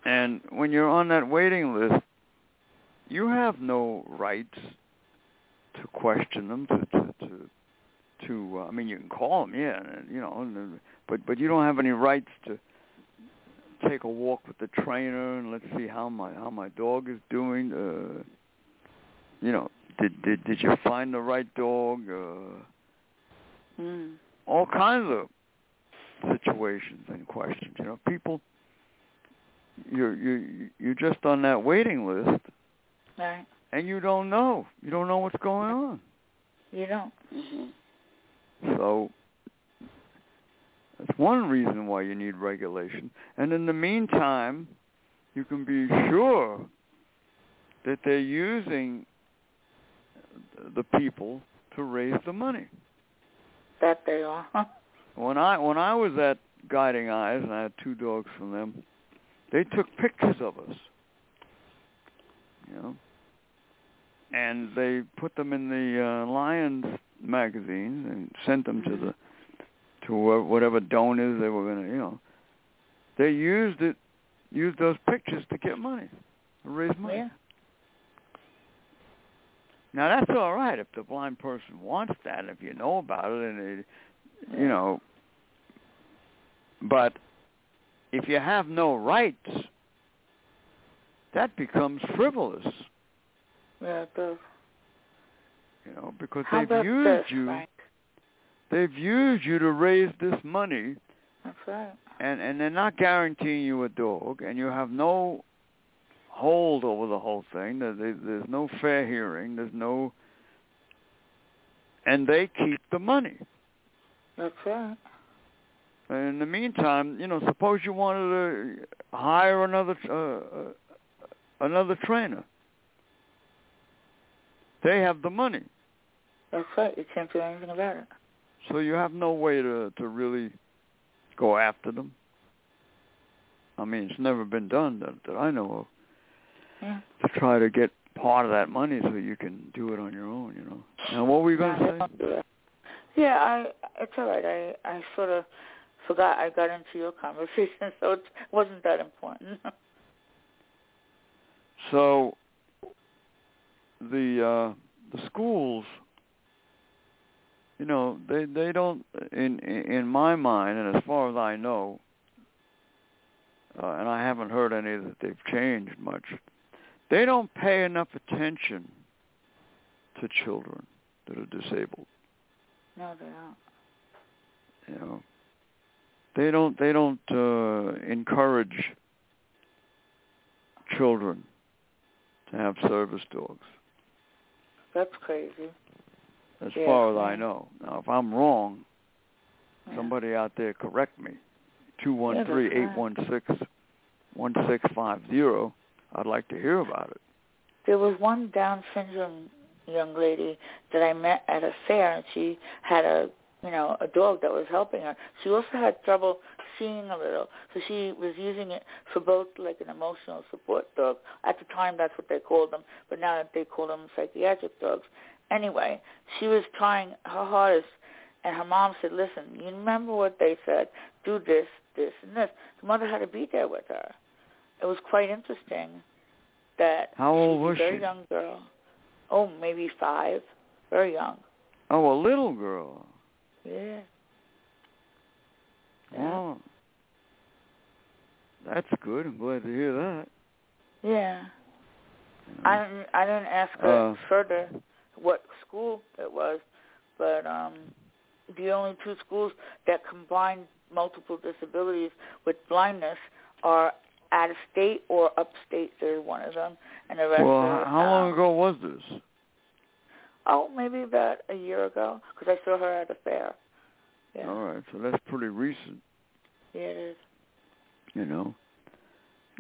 Speaker 2: and when you're on that waiting list, you have no rights to question them, to to to, to uh, I mean, you can call them, yeah, and, you know, and, then- but but you don't have any rights to take a walk with the trainer and let's see how my how my dog is doing. Uh, you know, did did did you find the right dog? Uh,
Speaker 3: Mm.
Speaker 2: all kinds of situations and questions. You know, people, you're you you're just on that waiting list,
Speaker 3: right?
Speaker 2: And you don't know. You don't know what's going on.
Speaker 3: You don't.
Speaker 2: Mm-hmm. So that's one reason why you need regulation. And in the meantime, you can be sure that they're using the people to raise the money.
Speaker 3: That they are. Huh?
Speaker 2: When I when I was at Guiding Eyes and I had two dogs from them, they took pictures of us. You know. And they put them in the uh, Lions magazine and sent them mm-hmm. to the to whatever donors they were going to, you know, they used it, used those pictures to get money, to raise money.
Speaker 3: Yeah.
Speaker 2: Now that's all right if the blind person wants that, if you know about it, and it, you know. But if you have no rights, that becomes frivolous.
Speaker 3: Yeah, it does.
Speaker 2: You know, because How they've used this, you. Right? they've used you to raise this money.
Speaker 3: That's right.
Speaker 2: And and they're not guaranteeing you a dog, and you have no hold over the whole thing. There's, there's no fair hearing. There's no, and they keep the money.
Speaker 3: That's right.
Speaker 2: And in the meantime, you know, suppose you wanted to hire another uh, another trainer. They have the money.
Speaker 3: That's right. You can't do anything about it.
Speaker 2: So you have no way to to really go after them. I mean, it's never been done that, that I know of.
Speaker 3: Yeah.
Speaker 2: To try to get part of that money so you can do it on your own, you know. Now, what were you going to
Speaker 3: say? Yeah, I it's all right. I I sort of forgot I got into your conversation, so it wasn't that important.
Speaker 2: so the uh the schools you know they they don't in in my mind and as far as i know uh, and i haven't heard any that they've changed much they don't pay enough attention to children that are disabled
Speaker 3: no they don't
Speaker 2: you know they don't they don't uh encourage children to have service dogs
Speaker 3: that's crazy
Speaker 2: as yeah. far as I know. Now, if I'm wrong, yeah. somebody out there correct me. Two one three eight one six one six five zero. I'd like to hear about it.
Speaker 3: There was one Down syndrome young lady that I met at a fair, and she had a you know a dog that was helping her. She also had trouble seeing a little, so she was using it for both like an emotional support dog. At the time, that's what they called them, but now they call them psychiatric dogs anyway, she was trying her hardest, and her mom said, "Listen, you remember what they said? Do this, this, and this." Her mother had to be there with her. It was quite interesting that
Speaker 2: how old was
Speaker 3: a very
Speaker 2: she?
Speaker 3: young girl. Oh, maybe five, very young.
Speaker 2: Oh, a little girl.
Speaker 3: Yeah.
Speaker 2: yeah. Oh, that's good. I'm glad to hear that.
Speaker 3: Yeah. I
Speaker 2: Mm.
Speaker 3: didn't. I didn't ask her uh, further what school it was, but um, the only two schools that combine multiple disabilities with blindness are out of state or upstate. There's one of them, and the rest.
Speaker 2: Well,
Speaker 3: are,
Speaker 2: how long um, ago was this?
Speaker 3: Oh, maybe about a year ago, because I saw her at a fair. Yeah.
Speaker 2: All right, so that's pretty recent.
Speaker 3: Yeah, it is.
Speaker 2: You know.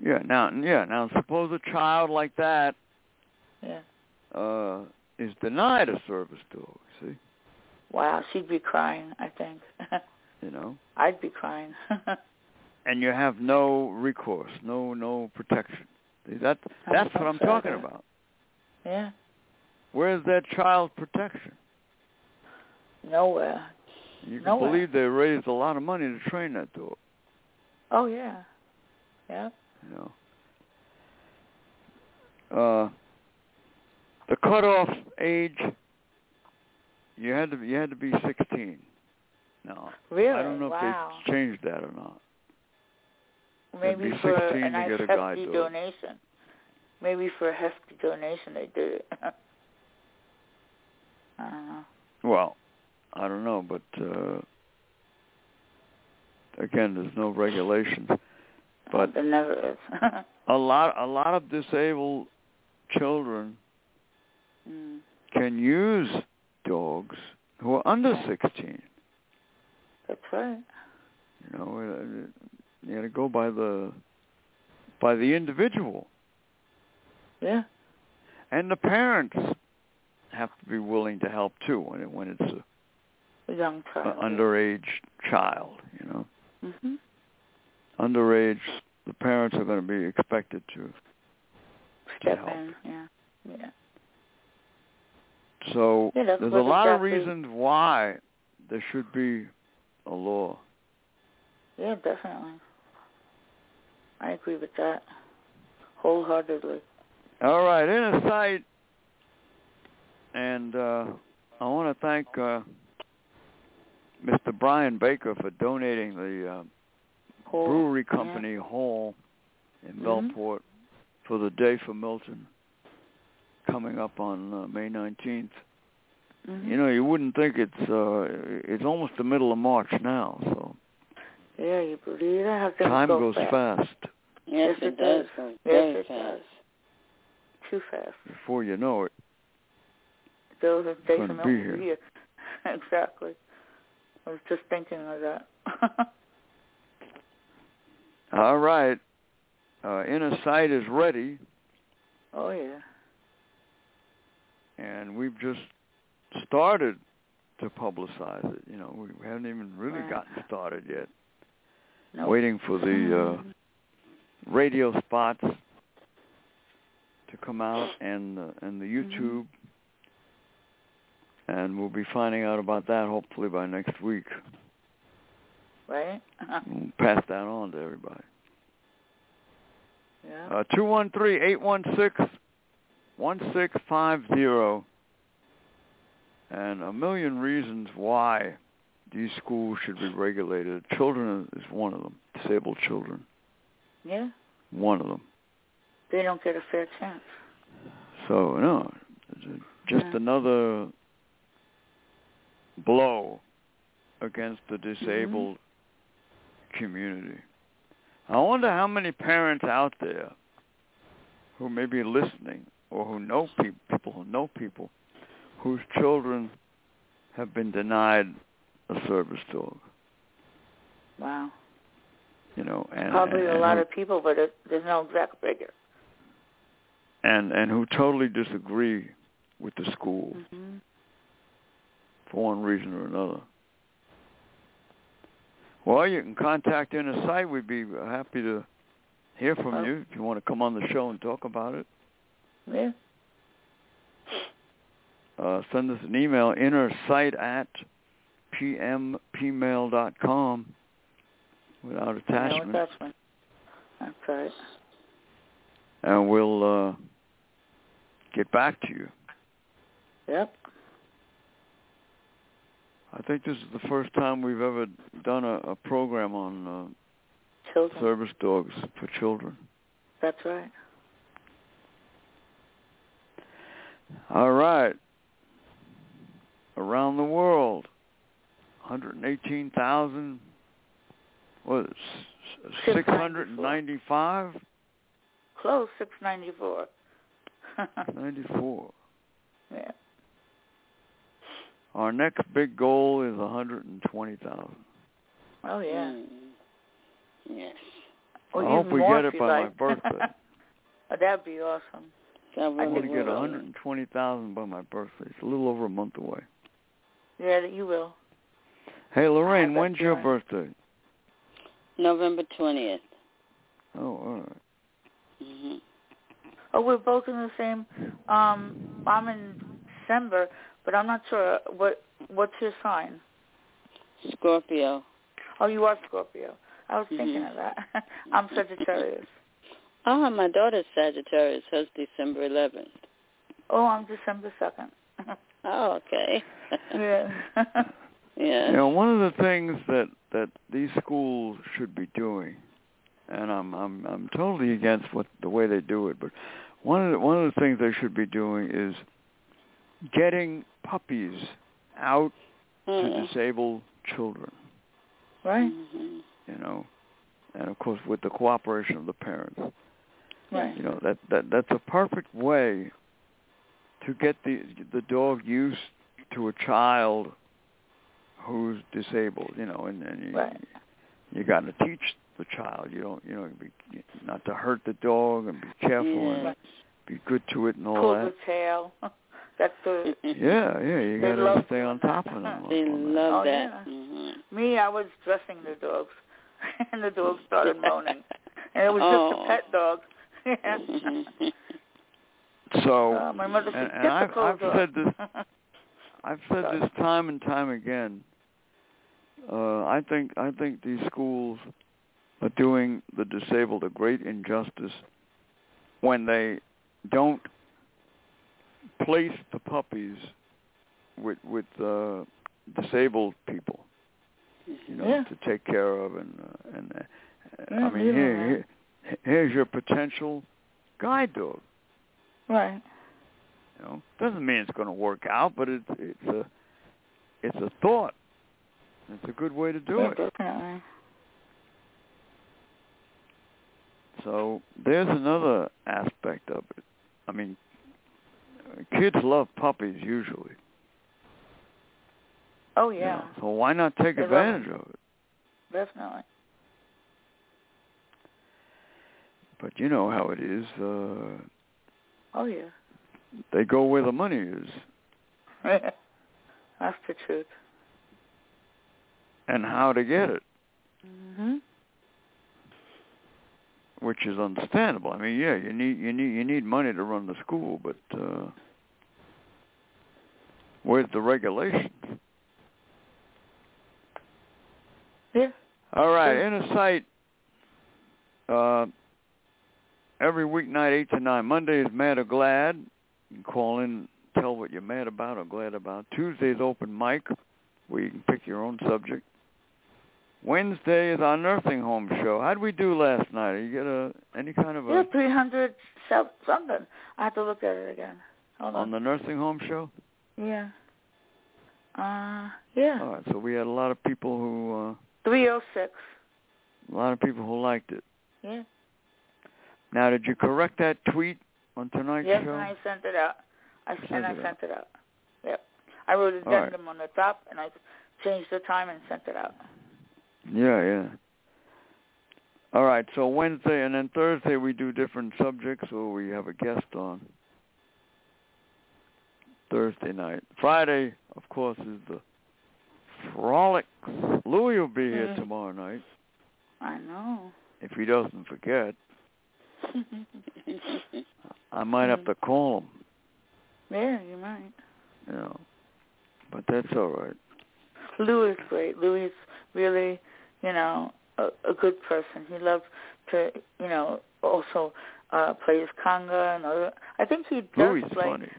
Speaker 2: Yeah. Now, yeah. Now, suppose a child like that.
Speaker 3: Yeah.
Speaker 2: Uh, is denied a service dog. See?
Speaker 3: Wow, she'd be crying. I think.
Speaker 2: you know.
Speaker 3: I'd be crying.
Speaker 2: and you have no recourse, no no protection. See, that that's what I'm so talking that. about.
Speaker 3: Yeah.
Speaker 2: Where's that child protection?
Speaker 3: Nowhere.
Speaker 2: You can
Speaker 3: Nowhere.
Speaker 2: believe they raised a lot of money to train that dog.
Speaker 3: Oh yeah. Yeah.
Speaker 2: You know. Uh, the cutoff age you had to you had to be 16. No,
Speaker 3: really?
Speaker 2: I don't know
Speaker 3: wow.
Speaker 2: if they changed that or not.
Speaker 3: Maybe
Speaker 2: be
Speaker 3: for
Speaker 2: 16
Speaker 3: a nice
Speaker 2: to get a guide
Speaker 3: hefty donation. Maybe for a hefty donation they did it. I don't know.
Speaker 2: Well, I don't know, but uh again, there's no regulations. But
Speaker 3: there never is.
Speaker 2: a lot, a lot of disabled children
Speaker 3: mm.
Speaker 2: can use dogs who are under 16.
Speaker 3: That's right.
Speaker 2: You know, uh, you got to go by the by the individual.
Speaker 3: Yeah.
Speaker 2: And the parents have to be willing to help too when it, when it's
Speaker 3: a young child,
Speaker 2: an underage child. You know.
Speaker 3: Mhm.
Speaker 2: Underage, the parents are going to be expected to
Speaker 3: Step
Speaker 2: to help.
Speaker 3: in. Yeah. Yeah.
Speaker 2: So
Speaker 3: Yeah, that's
Speaker 2: there's a
Speaker 3: what
Speaker 2: lot of
Speaker 3: exactly-
Speaker 2: reasons why there should be a law.
Speaker 3: Yeah, definitely. I agree with that wholeheartedly.
Speaker 2: All right, in a sight, and uh, I want to thank uh, Mr. Brian Baker for donating the uh,
Speaker 3: Whole,
Speaker 2: brewery
Speaker 3: Oh, yeah.
Speaker 2: company hall in
Speaker 3: Mhm.
Speaker 2: Belport for the day for Milton coming up on uh, May 19th.
Speaker 3: Mhm.
Speaker 2: You know, you wouldn't think it's uh, it's almost the middle of March now, so
Speaker 3: Yeah, you believe that? How things
Speaker 2: time
Speaker 3: go
Speaker 2: goes fast.
Speaker 5: Yes,
Speaker 3: Yes,
Speaker 5: it
Speaker 3: it does.
Speaker 5: does. go
Speaker 3: Yes,
Speaker 5: very
Speaker 3: it does.
Speaker 5: fast.
Speaker 3: Too fast.
Speaker 2: Before you know it,
Speaker 3: Those are days
Speaker 2: gonna
Speaker 3: from
Speaker 2: be
Speaker 3: over
Speaker 2: here.
Speaker 3: here. exactly. I was just thinking of that.
Speaker 2: All right. Uh, Inner Sight is ready,
Speaker 3: oh yeah.
Speaker 2: and we've just started to publicize it. You know, we haven't even really
Speaker 3: Right.
Speaker 2: gotten started yet.
Speaker 3: No.
Speaker 2: Waiting for the uh, radio spots to come out and uh, and the YouTube, and we'll be finding out about that hopefully by next week.
Speaker 3: Right?
Speaker 2: We'll pass that on to everybody.
Speaker 3: yeah.
Speaker 2: Uh, 213-816-1650. And a million reasons why these schools should be regulated. Children is one of them. Disabled children,
Speaker 3: yeah.
Speaker 2: one of them.
Speaker 3: They don't get a fair chance.
Speaker 2: So, no, it's a- just
Speaker 3: Yeah.
Speaker 2: another blow against the
Speaker 3: Mm-hmm.
Speaker 2: disabled community. I wonder how many parents out there who may be listening or who know peop people who know people whose children have been denied a service dog,
Speaker 3: Wow.
Speaker 2: you know, and
Speaker 3: Probably
Speaker 2: and,
Speaker 3: a
Speaker 2: and
Speaker 3: lot
Speaker 2: who,
Speaker 3: of people, but it, there's no exact figure.
Speaker 2: and and who totally disagree with the school
Speaker 3: Mm-hmm.
Speaker 2: for one reason or another. Well, you can contact Inner Sight. We'd be happy to hear from
Speaker 3: Oh.
Speaker 2: you if you want to come on the show and talk about it.
Speaker 3: Yeah.
Speaker 2: uh, send us an email, innersight at pmpmail.com without
Speaker 3: No
Speaker 2: attachment,
Speaker 3: attachment. That's right.
Speaker 2: and we'll uh, get back to you.
Speaker 3: Yep.
Speaker 2: I think this is the first time we've ever done a, a program on uh,
Speaker 3: Children.
Speaker 2: service dogs for children.
Speaker 3: That's right.
Speaker 2: All right. Around the world, 118,000, what, is it, s- 695?
Speaker 3: Close, 694.
Speaker 2: 94.
Speaker 3: yeah.
Speaker 2: Our next big goal is 120,000.
Speaker 3: Oh, yeah.
Speaker 5: Mm. Mm-hmm. Yes.
Speaker 3: Or
Speaker 2: I
Speaker 3: even
Speaker 2: hope we
Speaker 3: more
Speaker 2: get
Speaker 3: if
Speaker 2: it
Speaker 3: Oh,
Speaker 2: by
Speaker 3: you
Speaker 2: my
Speaker 3: like.
Speaker 2: birthday.
Speaker 3: oh, that'd be awesome.
Speaker 5: That
Speaker 2: I
Speaker 5: really
Speaker 2: want to get
Speaker 5: would.
Speaker 2: 120,000 by my birthday. It's a little over a month away.
Speaker 3: Yeah, that you will.
Speaker 2: Hey,
Speaker 3: I
Speaker 2: Lorraine,
Speaker 3: bet
Speaker 2: when's
Speaker 3: you
Speaker 2: your
Speaker 3: are.
Speaker 2: birthday?
Speaker 5: November 20th.
Speaker 2: Oh, all right.
Speaker 5: hmm
Speaker 3: Oh, we're both in the same. Um, I'm in December, but I'm not sure what. What's your sign?
Speaker 5: Scorpio.
Speaker 3: Oh, you are Scorpio. I was thinking
Speaker 5: Mhm.
Speaker 3: of that. I'm Sagittarius.
Speaker 5: Ah, my daughter's Sagittarius. Hers December 11th.
Speaker 3: Oh, I'm December second.
Speaker 5: Oh, okay.
Speaker 3: yeah.
Speaker 5: yeah.
Speaker 2: You know, one of the things that that these schools should be doing, and I'm I'm I'm totally against what the way they do it, but one of the, one of the things they should be doing is getting puppies out to
Speaker 5: Mm.
Speaker 3: Mm-hmm.
Speaker 2: disabled children.
Speaker 3: right.
Speaker 5: Mhm.
Speaker 2: you know, and of course with the cooperation of the parents.
Speaker 3: Right.
Speaker 2: You know that that that's a perfect way to get the the dog used to a child who's disabled. You know, and, and you
Speaker 3: right.
Speaker 2: you got to teach the child. You don't you know be, not to hurt the dog and be careful
Speaker 5: Yeah.
Speaker 2: and be good to it and all
Speaker 3: Pull
Speaker 2: that.
Speaker 3: the tail. That's the
Speaker 2: Yeah, yeah, you
Speaker 3: They
Speaker 2: got to
Speaker 3: love
Speaker 2: stay on top of them. on-
Speaker 5: They
Speaker 2: on
Speaker 5: love
Speaker 3: Oh,
Speaker 5: that.
Speaker 3: yeah.
Speaker 5: hmm
Speaker 3: me. I was dressing the dogs, and the dogs started moaning, and it was just
Speaker 5: Oh.
Speaker 3: a pet dog. Mm-hmm.
Speaker 5: Mm-hmm.
Speaker 2: that. So,
Speaker 5: Um,
Speaker 3: Uh, my mother said,
Speaker 2: Oh, and, and
Speaker 3: "Get
Speaker 2: I've,
Speaker 3: the
Speaker 2: I've
Speaker 3: dog."
Speaker 2: said this, I've said this time and time again. Uh, I think I think these schools are doing the disabled a great injustice when they don't place the puppies with with uh, disabled people. you know,
Speaker 3: Yeah.
Speaker 2: to take care of, and uh, and uh,
Speaker 3: Yeah,
Speaker 2: I mean,
Speaker 3: leave 'em
Speaker 2: here, here here's your potential guide dog.
Speaker 3: right.
Speaker 2: You know, doesn't mean it's going to work out, but it's it's a it's a thought. It's a good way to do
Speaker 3: Yeah,
Speaker 2: it.
Speaker 3: definitely.
Speaker 2: So there's another aspect of it. I mean, kids love puppies usually.
Speaker 3: Oh
Speaker 2: you
Speaker 3: yeah,
Speaker 2: know, so why not take
Speaker 3: They love 'em.
Speaker 2: advantage of it?
Speaker 3: definitely.
Speaker 2: But you know how it is. Uh,
Speaker 3: Oh yeah.
Speaker 2: they go where the money is.
Speaker 3: That's the truth.
Speaker 2: and how to get it.
Speaker 3: Mhm.
Speaker 2: which is understandable. I mean, yeah, you need you need you need money to run the school, but uh, where's the regulations?
Speaker 3: Yeah.
Speaker 2: All right,
Speaker 3: Sure.
Speaker 2: inner sight. Uh, every weeknight, eight to nine. Monday is mad or glad. You can call in, tell what you're mad about or glad about. Tuesday's open mic, where you can pick your own subject. Wednesday is our nursing home show. How'd we do last night? You get a any kind of a
Speaker 3: Yeah, three hundred something. I have to look at it again. Hold
Speaker 2: on
Speaker 3: on.
Speaker 2: the nursing home show?
Speaker 3: yeah. Uh, yeah.
Speaker 2: All right, so we had a lot of people who
Speaker 3: Three oh six.
Speaker 2: uh, a lot of people who liked it.
Speaker 3: Yeah.
Speaker 2: Now, did you correct that tweet on tonight's
Speaker 3: Yes,
Speaker 2: show?
Speaker 3: and I sent it out. I
Speaker 2: Sent
Speaker 3: and I
Speaker 2: it out.
Speaker 3: sent it out. Yep. I wrote
Speaker 2: All right.
Speaker 3: addendum on the top, and I changed the time and sent it out.
Speaker 2: Yeah, yeah. All right, so Wednesday and then Thursday we do different subjects or we have a guest on Thursday night. Friday, of course, is the frolic. Louis will be here
Speaker 3: Mhm.
Speaker 2: tomorrow night
Speaker 3: I know.
Speaker 2: if he doesn't forget.
Speaker 5: Mm-hmm.
Speaker 2: I might have
Speaker 3: Mhm.
Speaker 2: to call him,
Speaker 3: yeah, you might.
Speaker 2: you know. But that's all right.
Speaker 3: Lou is great. Lou is really, you know, a, a good person. He loves to, you know, also uh plays conga and other. I think he does
Speaker 2: Louis is
Speaker 3: play.
Speaker 2: funny.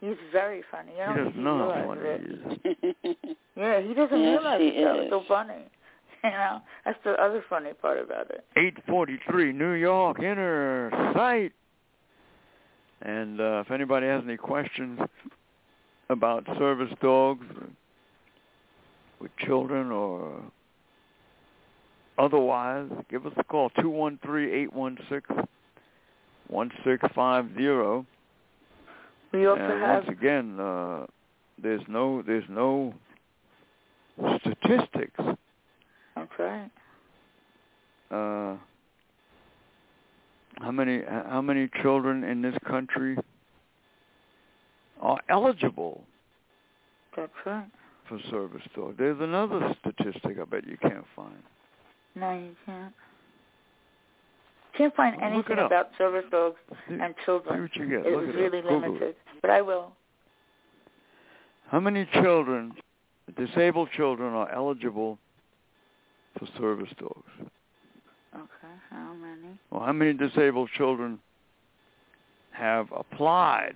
Speaker 3: He's very funny.
Speaker 2: He
Speaker 3: I don't think
Speaker 2: doesn't
Speaker 3: he
Speaker 2: know how
Speaker 3: realizes
Speaker 2: funny
Speaker 3: it.
Speaker 2: he is.
Speaker 3: Yeah, he doesn't
Speaker 5: Yes,
Speaker 3: realize
Speaker 5: he
Speaker 3: it. though.
Speaker 5: is.
Speaker 3: It's so funny. You know, that's the other funny part about it.
Speaker 2: 843 New York Inner Sight. And uh, if anybody has any questions about service dogs with children or otherwise, give us a call, 213-816-1650.
Speaker 3: We also
Speaker 2: and
Speaker 3: have
Speaker 2: once again, uh, there's no there's no statistics
Speaker 3: That's right.
Speaker 2: uh, how many h- how many children in this country are eligible
Speaker 3: That's right.
Speaker 2: for service dog? There's another statistic I bet you can't find.
Speaker 3: No, you can't. Can't find
Speaker 2: Well, look
Speaker 3: anything
Speaker 2: it up.
Speaker 3: about service dogs
Speaker 2: See,
Speaker 3: and
Speaker 2: see
Speaker 3: children.
Speaker 2: what you get.
Speaker 3: it
Speaker 2: Look
Speaker 3: was
Speaker 2: it
Speaker 3: really
Speaker 2: up. Google
Speaker 3: limited.
Speaker 2: it.
Speaker 3: But I will.
Speaker 2: How many children, disabled children, are eligible for service dogs?
Speaker 3: Okay. How many?
Speaker 2: Well, how many disabled children have applied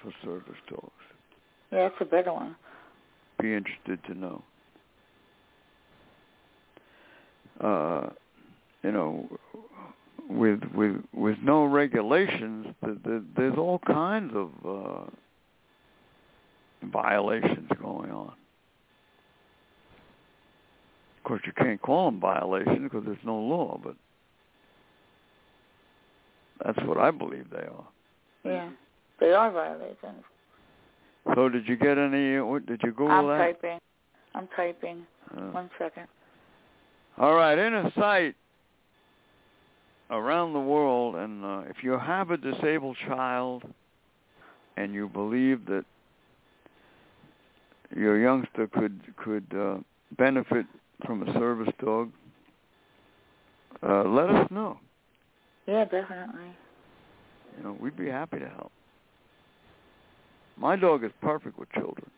Speaker 2: for service dogs?
Speaker 3: Yeah, that's a better one.
Speaker 2: be interested to know. Uh, you know, with with with no regulations, th th there's all kinds of uh, violations going on. Of course, you can't call them violations because there's no law, but that's what I believe they are.
Speaker 3: Yeah, they are violations.
Speaker 2: So did you get any? What, did you Uh, Google
Speaker 3: I'm
Speaker 2: that?
Speaker 3: typing. I'm typing. Oh. One second.
Speaker 2: All right, inner sight around the world, and uh, if you have a disabled child and you believe that your youngster could could uh, benefit from a service dog, uh, let us know.
Speaker 3: Yeah, definitely.
Speaker 2: You know, we'd be happy to help. My dog is perfect with children.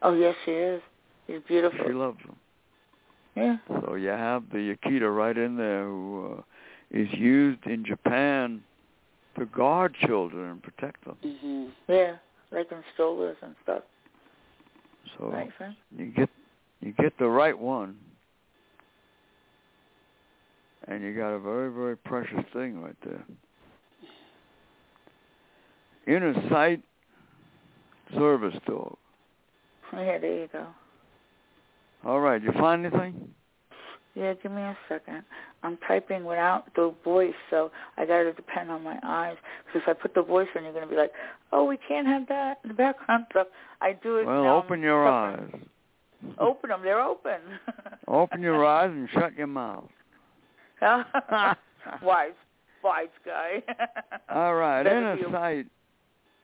Speaker 3: Oh yes, she is. She's beautiful.
Speaker 2: She loves them.
Speaker 3: Yeah.
Speaker 2: So you have the Akita right in there, who uh, is used in Japan to guard children and protect them.
Speaker 5: Mm-hmm.
Speaker 3: hmm Yeah, like in strollers and stuff.
Speaker 2: So
Speaker 3: right,
Speaker 2: you get you get the right one, and you got a very very precious thing right there. Inner sight service dog.
Speaker 3: Yeah, there you go.
Speaker 2: All right, you find anything?
Speaker 3: Yeah, give me a second. I'm typing without the voice, so I gotta depend on my eyes. Because if I put the voice in, you're gonna be like, "Oh, we can't have that in the background stuff." I do it.
Speaker 2: Well,
Speaker 3: now.
Speaker 2: open your eyes.
Speaker 3: Open them. They're open.
Speaker 2: open your eyes and shut your mouth.
Speaker 3: wise, wise guy.
Speaker 2: All right, Better in a sight.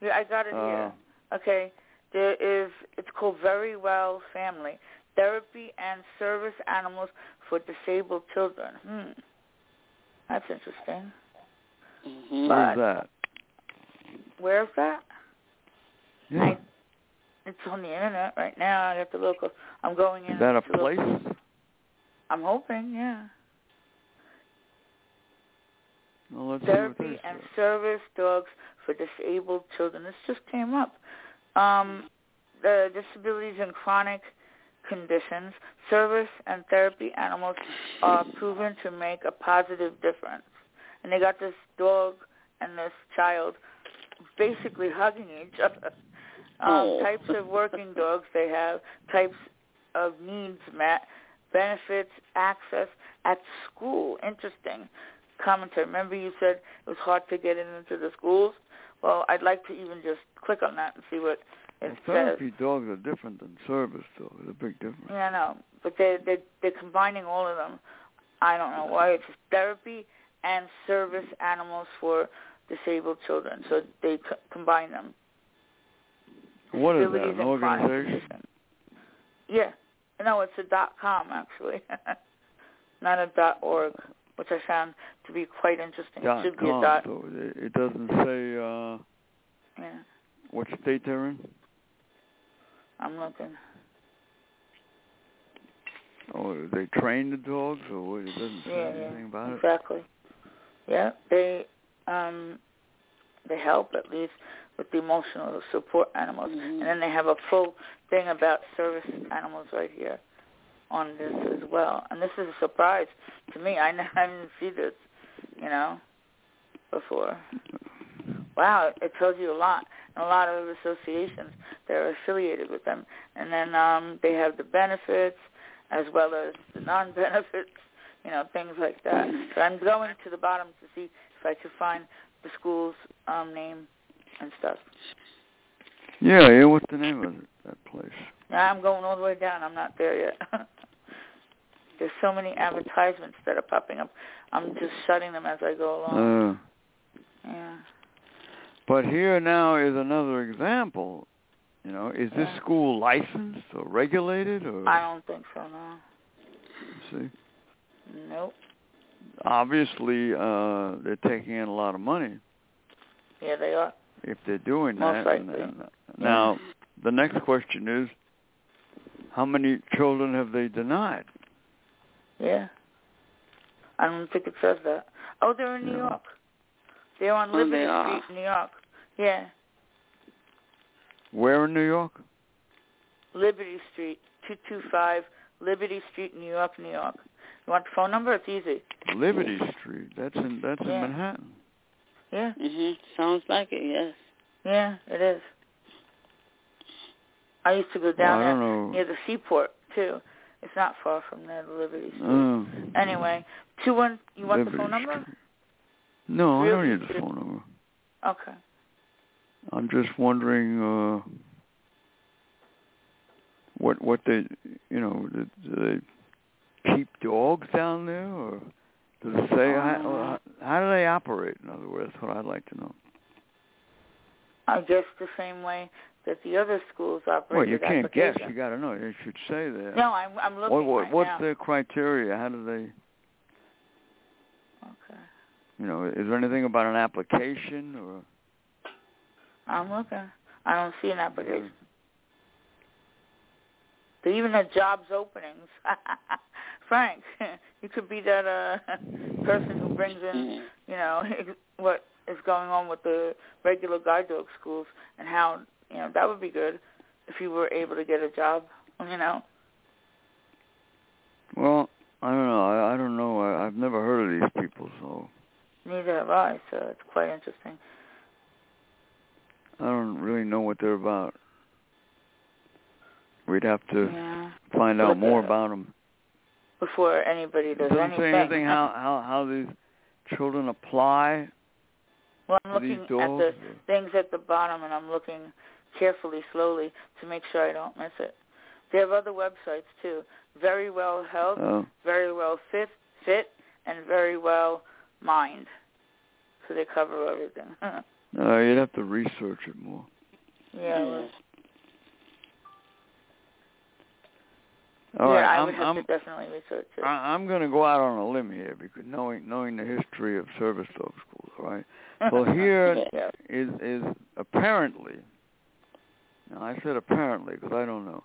Speaker 3: Yeah, I got it uh,
Speaker 2: Oh,
Speaker 3: here. Okay, there is. It's called Very Well Family therapy and service animals for disabled children. Hmm. That's interesting.
Speaker 2: Mm-hmm. Where's that?
Speaker 3: Where's that?
Speaker 2: Yeah. I,
Speaker 3: it's on the internet right now. I have to look. I'm going in.
Speaker 2: Is that a place?
Speaker 3: Look. I'm hoping, yeah.
Speaker 2: Well,
Speaker 3: therapy
Speaker 2: is,
Speaker 3: and service dogs for disabled children. This just came up. Um, the disabilities and chronic conditions, service and therapy animals are proven to make a positive difference. And they got this dog and this child basically hugging each other. Um, types of working dogs they have, types of needs met, benefits, access at school. Interesting commentary. Remember you said it was hard to get into the schools? Well, I'd like to even just click on that and see what
Speaker 2: well, therapy dogs are different than service dogs. There's a big difference.
Speaker 3: Yeah, no, but they they they're combining all of them. I don't know why. It's therapy and service animals for disabled children. So they c- combine them.
Speaker 2: What is that?
Speaker 3: An
Speaker 2: organization?
Speaker 3: Yeah. No, it's a dot com actually, not a dot org, which I found to be quite interesting.
Speaker 2: Dot
Speaker 3: it should
Speaker 2: com.
Speaker 3: Be a dot.
Speaker 2: So it doesn't say. uh
Speaker 3: Yeah.
Speaker 2: What state they're in?
Speaker 3: I'm looking.
Speaker 2: Oh, they train the dogs, or it doesn't say
Speaker 3: yeah,
Speaker 2: anything
Speaker 3: yeah,
Speaker 2: about
Speaker 3: exactly. it. Exactly. Yeah, they um, they help at least with the emotional support animals,
Speaker 5: Mm-hmm.
Speaker 3: and then they have a full thing about service animals right here on this as well. And this is a surprise to me. I, n- I didn't see this, you know, before. Wow, it tells you a lot. And a lot of associations that are affiliated with them, and then um, they have the benefits as well as the non-benefits, you know, things like that. So I'm going to the bottom to see if I can find the school's um, name and stuff.
Speaker 2: Yeah, yeah. What's the name of that place?
Speaker 3: Now I'm going all the way down. I'm not there yet. There's so many advertisements that are popping up. I'm just shutting them as I go along.
Speaker 2: Uh,
Speaker 3: yeah.
Speaker 2: but here now is another example. You know, is this
Speaker 3: Yeah. Um,
Speaker 2: school licensed or regulated or?
Speaker 3: I don't think so. No.
Speaker 2: See,
Speaker 3: Nope.
Speaker 2: obviously uh, they're taking in a lot of money
Speaker 3: Yeah, they are.
Speaker 2: if they're doing
Speaker 3: Most
Speaker 2: that. and-
Speaker 3: likely. Mm-hmm.
Speaker 2: and- now, the next question is, how many children have they denied?
Speaker 3: Yeah. I don't think it says that. Oh, they're in New
Speaker 2: Yeah.
Speaker 3: York. They're on
Speaker 5: Oh,
Speaker 3: Liberty
Speaker 5: they are.
Speaker 3: Street, in New York. Yeah,
Speaker 2: Where in New York?
Speaker 3: Liberty Street, two two five Liberty Street, New York, New York. You want the phone number? It's easy.
Speaker 2: Liberty Street. That's in that's
Speaker 3: Yeah.
Speaker 2: in Manhattan.
Speaker 3: Yeah,
Speaker 5: Mhm. Sounds like it. Yes.
Speaker 3: yeah, it is. I used to go down
Speaker 2: well, I
Speaker 3: there
Speaker 2: don't know.
Speaker 3: near the seaport too, It's not far from there, the Liberty
Speaker 2: Mm.
Speaker 3: Street. Uh, anyway, two one. You want Liberty the phone number? Street.
Speaker 2: No, Real I don't need the phone number.
Speaker 3: Okay.
Speaker 2: I'm just wondering uh, what what they you know do they keep dogs down there or do they say uh, how, how do they operate? In other words, that's what I'd like to know.
Speaker 3: I guess the same way that the other schools operate.
Speaker 2: Well, you can't guess. You got to know. You should say that.
Speaker 3: No, I'm, I'm looking.
Speaker 2: What, what,
Speaker 3: right
Speaker 2: what's
Speaker 3: now.
Speaker 2: their criteria? How do
Speaker 3: they? Okay.
Speaker 2: You know, is there anything about an application or?
Speaker 3: I'm looking. I don't see an application.
Speaker 2: Mm.
Speaker 3: They even have jobs openings. Frank, you could be that uh person who brings
Speaker 5: Mm-hmm.
Speaker 3: in, you know, what is going on with the regular guide dog schools and how, you know, that would be good if you were able to get a job, you know.
Speaker 2: Well, I don't know. I, I don't know. I, I've never heard of these people, so.
Speaker 3: Neither have I, so it's quite interesting.
Speaker 2: I don't really know what they're about. We'd have to
Speaker 3: yeah.
Speaker 2: find
Speaker 3: Look uh,
Speaker 2: out more about them
Speaker 3: before anybody does
Speaker 2: Doesn't
Speaker 3: anything.
Speaker 2: Say anything how how how these children apply.
Speaker 3: Well, I'm looking
Speaker 2: these dogs.
Speaker 3: at the things at the bottom, and I'm looking carefully, slowly, to make sure I don't miss it. They have other websites too. Very well health,
Speaker 2: oh.
Speaker 3: very well fit, fit, and very well mind. So they cover everything.
Speaker 2: No, uh, you'd have to research it more.
Speaker 3: Yeah. Well,
Speaker 2: All
Speaker 3: yeah,
Speaker 2: right,
Speaker 3: I
Speaker 2: I'm,
Speaker 3: would have
Speaker 2: I'm,
Speaker 3: to definitely research it.
Speaker 2: I, am going to go out on a limb here because knowing knowing the history of service dog schools, all right. So here
Speaker 3: yeah.
Speaker 2: is is apparently. Now I said apparently because I don't know,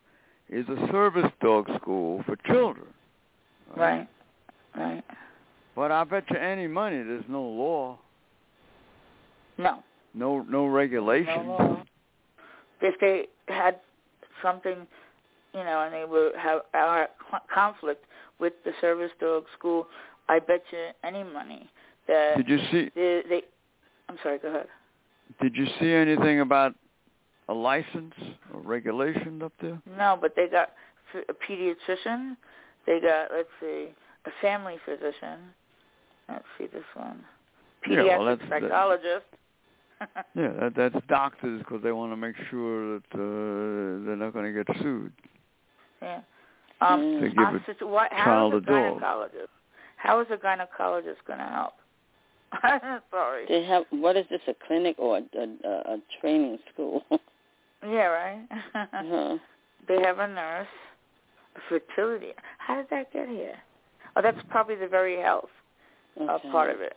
Speaker 2: is a service dog school for children.
Speaker 3: Right. right. Right.
Speaker 2: But I bet you any money there's no law.
Speaker 3: No.
Speaker 2: No no regulations.
Speaker 3: No law. If they had something, you know, and they would have our conflict with the service dog school, I bet you any money that
Speaker 2: Did you see?
Speaker 3: They, they I'm sorry. Go ahead.
Speaker 2: Did you see anything about a license or regulation up there?
Speaker 3: No, but they got a pediatrician. They got let's see, a family physician. Let's see this one. Pediatric
Speaker 2: yeah, well, that's,
Speaker 3: psychologist.
Speaker 2: That, yeah, that, that's doctors because they want to make sure that uh, they're not going to get sued.
Speaker 3: Yeah. Um,
Speaker 2: to give
Speaker 3: obstet-
Speaker 2: child
Speaker 3: what, how is a
Speaker 2: adult.
Speaker 3: gynecologist? How is a gynecologist going to help? Sorry.
Speaker 5: They have what is this a clinic or a, a, a training school?
Speaker 3: Uh-huh. yeah, right.
Speaker 5: uh-huh.
Speaker 3: They have a nurse, a fertility. How did that get here? Oh, that's probably the very health
Speaker 5: okay.
Speaker 3: uh, part of it.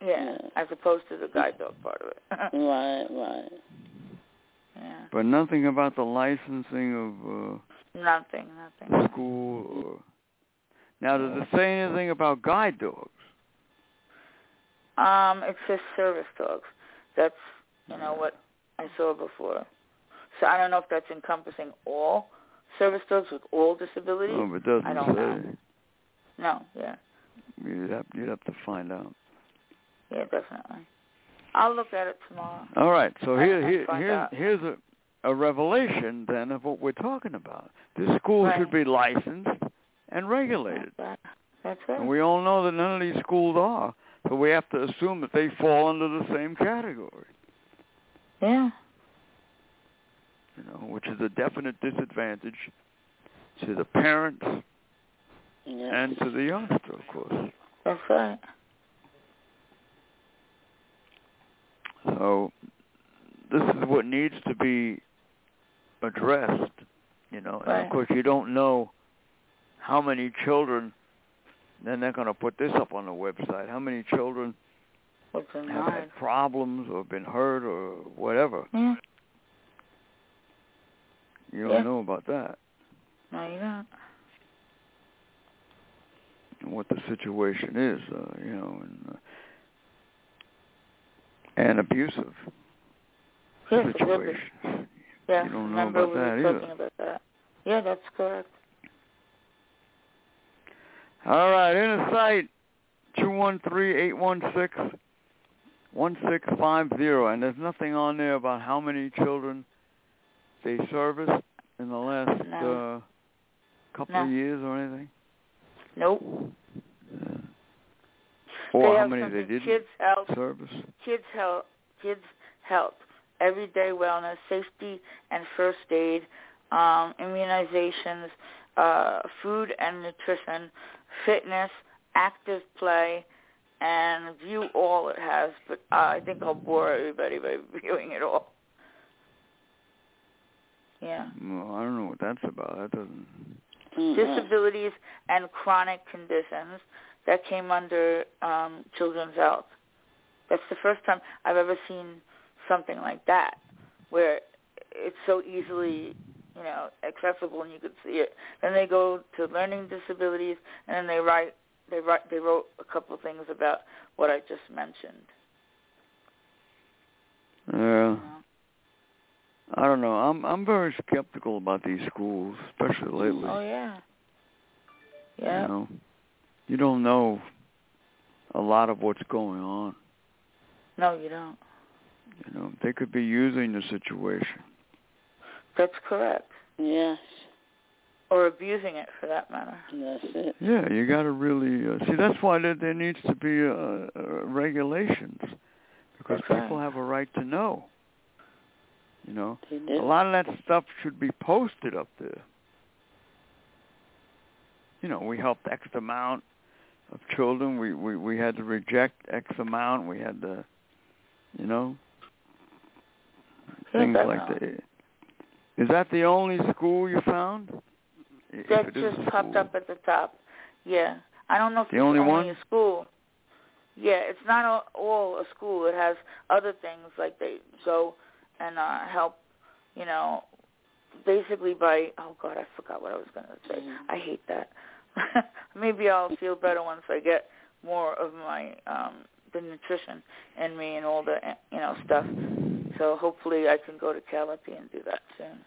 Speaker 3: Yeah,
Speaker 5: Yeah. Mm.
Speaker 3: as opposed to the guide dog part of it.
Speaker 5: Right, right.
Speaker 3: yeah.
Speaker 2: But nothing about the licensing
Speaker 3: Nothing,
Speaker 2: of uh,
Speaker 3: nothing.
Speaker 2: the school. Or... Now, does it say anything about guide dogs?
Speaker 3: Um, it says service dogs. That's you know what I saw before. So I don't know if that's encompassing all service dogs with all disabilities.
Speaker 2: No, but Oh, it doesn't
Speaker 3: I
Speaker 2: say.
Speaker 3: don't know. No, yeah,
Speaker 2: You'd have, you'd have to find out.
Speaker 3: yeah, definitely. I'll look at it tomorrow.
Speaker 2: All right, so
Speaker 3: I
Speaker 2: here,
Speaker 3: can
Speaker 2: here
Speaker 3: find
Speaker 2: here's
Speaker 3: out.
Speaker 2: here's a a revelation then of what we're talking about. This school
Speaker 3: Right.
Speaker 2: should be licensed and regulated,
Speaker 3: That's
Speaker 2: and
Speaker 3: right.
Speaker 2: we all know that none of these schools are. So we have to assume that they fall under the same category,
Speaker 3: Yeah,
Speaker 2: you know, which is a definite disadvantage to the parents
Speaker 5: Yeah.
Speaker 2: and to the youngster, of course.
Speaker 3: that's right.
Speaker 2: So this is what needs to be addressed, you know. And
Speaker 3: Right.
Speaker 2: of course, you don't know how many children. Then they're going to put this up on the website. How many children
Speaker 3: What's in
Speaker 2: have
Speaker 3: mind?
Speaker 2: had problems or been hurt or whatever?
Speaker 3: Yeah,
Speaker 2: You don't
Speaker 3: Yeah.
Speaker 2: know about that
Speaker 3: no, you don't.
Speaker 2: and what the situation is, uh, you know, and uh, and abusive
Speaker 3: Yes, it would be.
Speaker 2: situation.
Speaker 3: Yeah,
Speaker 2: You don't know
Speaker 3: remember
Speaker 2: about
Speaker 3: we were
Speaker 2: that either.
Speaker 3: talking about that. Yeah, that's correct.
Speaker 2: All right, in a sight, two one three eight one six one six five zero, and there's nothing on there about how many children they serviced in the last
Speaker 3: No.
Speaker 2: uh, couple no. of years or anything?
Speaker 3: Nope.
Speaker 2: Yeah. Or
Speaker 3: they
Speaker 2: how
Speaker 3: have
Speaker 2: many
Speaker 3: something,
Speaker 2: they did
Speaker 3: Kids help.
Speaker 2: service?
Speaker 3: Kids help. Kids help. Everyday wellness, safety and first aid, um, immunizations, uh, food and nutrition, fitness, active play, and view all it has. But uh, I think I'll bore everybody by viewing it all. Yeah.
Speaker 2: Well, I don't know what that's about. That doesn't.
Speaker 5: Mm-hmm.
Speaker 2: Mm-hmm.
Speaker 3: Disabilities and chronic conditions that came under um, Children's Health. That's the first time I've ever seen something like that, where it's so easily, you know, accessible and you could see it. Then they go to learning disabilities, and then they write, they write, they wrote a couple of things about what I just mentioned.
Speaker 2: Yeah. Uh,
Speaker 3: Uh-huh.
Speaker 2: I don't know. I'm I'm very skeptical about these schools, especially lately.
Speaker 3: Oh yeah. Yeah.
Speaker 2: You know, you don't know a lot of what's going on.
Speaker 3: No, you don't.
Speaker 2: You know, they could be using the situation.
Speaker 3: That's correct.
Speaker 5: Yes.
Speaker 3: Or abusing it, for that matter.
Speaker 5: That's it.
Speaker 2: Yeah, you got to really uh, see. That's why there, there needs to be uh, uh, regulations because
Speaker 3: That's right.
Speaker 2: people have a right to know. You know,
Speaker 5: They do.
Speaker 2: a lot of that stuff should be posted up there. You know, we helped X amount of children. We we we had to reject X amount. We had to, you know,
Speaker 3: Yeah,
Speaker 2: things
Speaker 3: that's
Speaker 2: like
Speaker 3: all.
Speaker 2: that. Is that the only school you found? If
Speaker 3: That
Speaker 2: it is a
Speaker 3: just popped
Speaker 2: school.
Speaker 3: up at the top. Yeah. I don't know if
Speaker 2: The
Speaker 3: it's
Speaker 2: only
Speaker 3: only
Speaker 2: one?
Speaker 3: a school. Yeah, it's not all, all a school. It has other things like they go and uh help, you know, basically by oh god, I forgot what I was going to say.
Speaker 2: Mm-hmm.
Speaker 5: Mhm.
Speaker 3: I hate that. Maybe I'll feel better once I get more of my um the nutrition in me and all the eh, you know stuff. So hopefully I can go to Calapi and do that soon.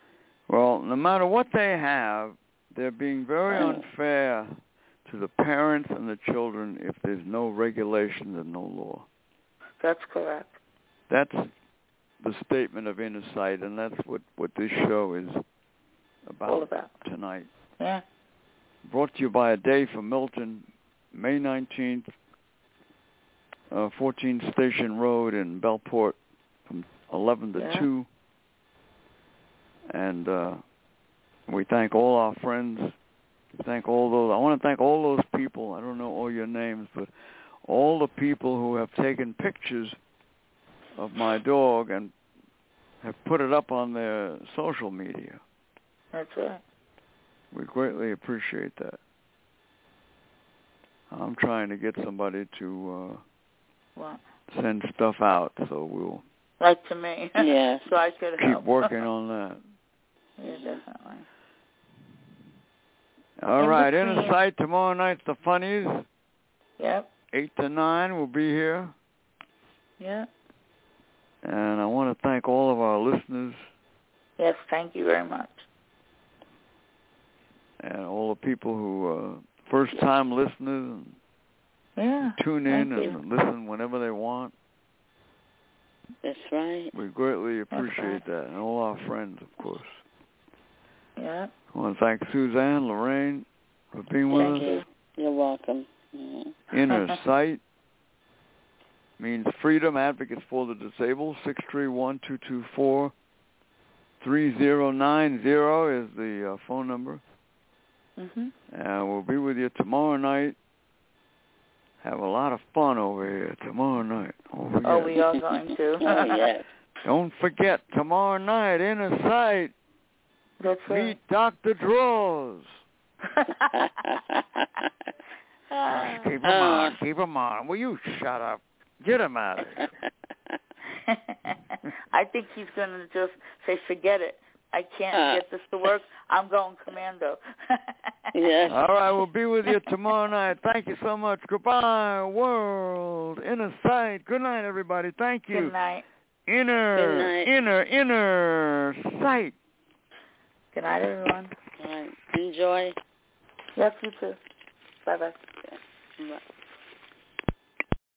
Speaker 2: Well, no matter what they have, they're being very
Speaker 3: Right.
Speaker 2: unfair to the parents and the children if there's no regulations and no law.
Speaker 3: That's correct.
Speaker 2: That's the statement of inner sight, and that's what, what this show is about,
Speaker 3: All about.
Speaker 2: tonight.
Speaker 3: Yeah.
Speaker 2: Brought to you by A Day for Milton, May 19th, uh, 14 Station Road in Bellport from 11 to
Speaker 3: Yeah.
Speaker 2: 2. And uh, we thank all our friends. Thank all those. I want to thank all those people. I don't know all your names, but all the people who have taken pictures of my dog and have put it up on their social media.
Speaker 3: That's right.
Speaker 2: We greatly appreciate that. I'm trying to get somebody to
Speaker 3: Well,
Speaker 2: uh, send stuff out, so we'll
Speaker 3: like to me.
Speaker 5: Yes.
Speaker 3: so I could
Speaker 2: keep
Speaker 3: help.
Speaker 2: working on that.
Speaker 3: yeah, definitely.
Speaker 2: All
Speaker 3: In
Speaker 2: right,
Speaker 3: between.
Speaker 2: Inner Sight tomorrow night's the funnies,
Speaker 3: Yep.
Speaker 2: eight to nine. We'll be here,
Speaker 3: Yeah.
Speaker 2: and I want to thank all of our listeners
Speaker 3: Yes. Thank you very much.
Speaker 2: and all the people who uh, first-time listeners and
Speaker 3: Yeah.
Speaker 2: tune in
Speaker 3: Thank you.
Speaker 2: and listen whenever they want.
Speaker 5: That's right.
Speaker 2: We greatly
Speaker 3: right.
Speaker 2: appreciate that, and all our friends, of course.
Speaker 3: Yeah.
Speaker 2: I want to thank Suzanne, Lorraine, for being with
Speaker 3: Thank
Speaker 2: us.
Speaker 3: you.
Speaker 5: You're welcome. Mhm.
Speaker 2: Inner Sight means Freedom Advocates for the Disabled. Six three one two two four three zero nine zero is the uh, phone number.
Speaker 3: Mhm.
Speaker 2: And we'll be with you tomorrow night. Have a lot of fun over here tomorrow night. Oh,
Speaker 3: Oh,
Speaker 2: yeah.
Speaker 3: we are going to.
Speaker 5: oh yes.
Speaker 2: Don't forget, tomorrow night, Inner Sight,
Speaker 3: That's right.
Speaker 2: meet Dr. Draws.
Speaker 3: Ah.
Speaker 2: Keep him
Speaker 5: Uh.
Speaker 2: on, keep him on. Will you shut up? Get him out of here.
Speaker 3: I think he's going to just say, "Forget it. I can't
Speaker 2: Uh.
Speaker 5: Ah.
Speaker 3: get this to work. I'm going commando."
Speaker 5: yes.
Speaker 2: All right, we'll be with you tomorrow night. Thank you so much. Goodbye, world. Inner sight. Good night, everybody. Thank you.
Speaker 3: Good night.
Speaker 2: Inner,
Speaker 5: Good night.
Speaker 2: inner, inner sight.
Speaker 3: Good night, everyone.
Speaker 5: All right. Enjoy.
Speaker 3: Yes, you too. Bye bye.
Speaker 5: Bye.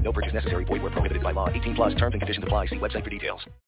Speaker 6: No purchase necessary. Void where prohibited by law. 18 plus terms and conditions apply. See website for details.